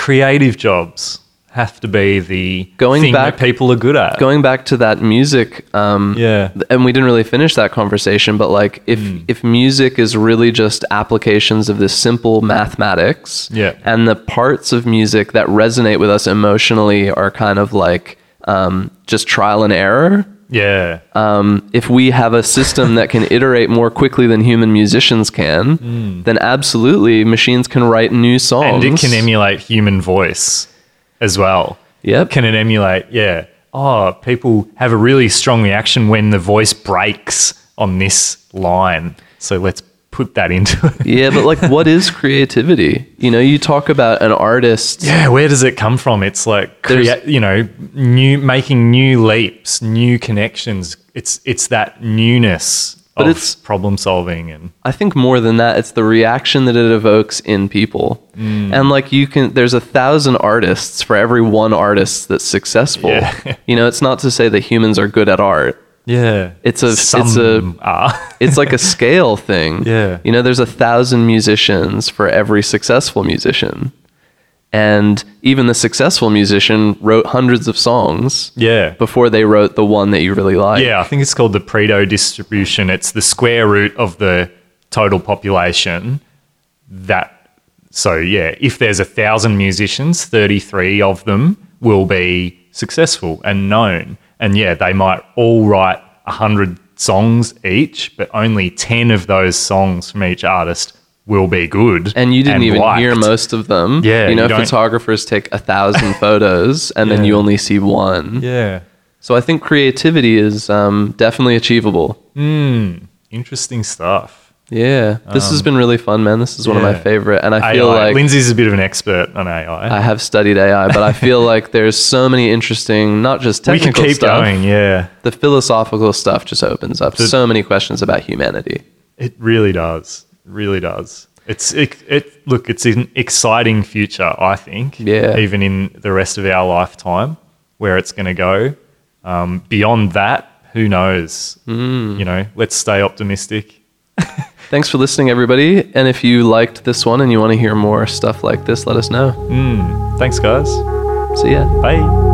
B: creative jobs have to be the
A: Going
B: thing
A: back-
B: that people are good at.
A: Going back to that music, um,
B: yeah.
A: th- and we didn't really finish that conversation, but like if if music is really just applications of this simple mathematics,
B: Yeah.
A: and the parts of music that resonate with us emotionally are kind of like um, just trial and error.
B: Yeah.
A: um, if we have a system that can iterate more quickly than human musicians can, then absolutely machines can write new songs.
B: and it can emulate human voice as well.
A: Yep.
B: Can it emulate? Yeah. oh, people have a really strong reaction when the voice breaks on this line. So let's put that into it.
A: Yeah, but like, what is creativity? You know, you talk about an artist.
B: Yeah, where does it come from? It's like crea- you know, new making new leaps, new connections. It's it's that newness
A: But
B: of
A: it's-
B: problem solving and
A: I think more than that, it's the reaction that it evokes in people.
B: Mm.
A: And like you can, there's a thousand artists for every one artist that's successful.
B: Yeah.
A: You know, it's not to say that humans are good at art.
B: yeah,
A: It's a-
B: Some
A: it's a-
B: are.
A: It's like a scale thing.
B: Yeah.
A: You know, there's a thousand musicians for every successful musician. And even the successful musician wrote hundreds of songs
B: yeah.
A: before they wrote the one that you really like.
B: Yeah, I think it's called the Pareto distribution. It's the square root of the total population. That so yeah, if there's a thousand musicians, thirty-three of them will be successful and known. And yeah, they might all write a hundred songs each, but only ten of those songs from each artist will be good.
A: and you didn't even hear
B: liked.
A: most of them.
B: Yeah,
A: you know,
B: you don't-
A: photographers take a thousand photos, and then
B: Yeah.
A: you only see one.
B: Yeah,
A: So I think creativity is um, definitely achievable.
B: interesting stuff.
A: Yeah, this has been really fun, man. This is one of
B: Um,
A: my
B: Yeah.
A: favorite, and I
B: AI.
A: feel like
B: Lindsay's a bit of an expert on AI.
A: I have studied AI, but I feel like there's so many interesting, not just
B: we can
A: technical
B: keep
A: stuff.
B: going. Yeah.
A: The philosophical stuff just opens up so many questions about humanity.
B: It really does. It really does. It's it, it look, it's an exciting future, I think.
A: Yeah.
B: Even in the rest of our lifetime, where it's going to go. Um, beyond that, who knows?
A: Hmm.
B: You know, let's stay optimistic.
A: Thanks for listening, everybody. And if you liked this one and you want to hear more stuff like this, let us know.
B: Thanks, guys.
A: See ya.
B: Bye.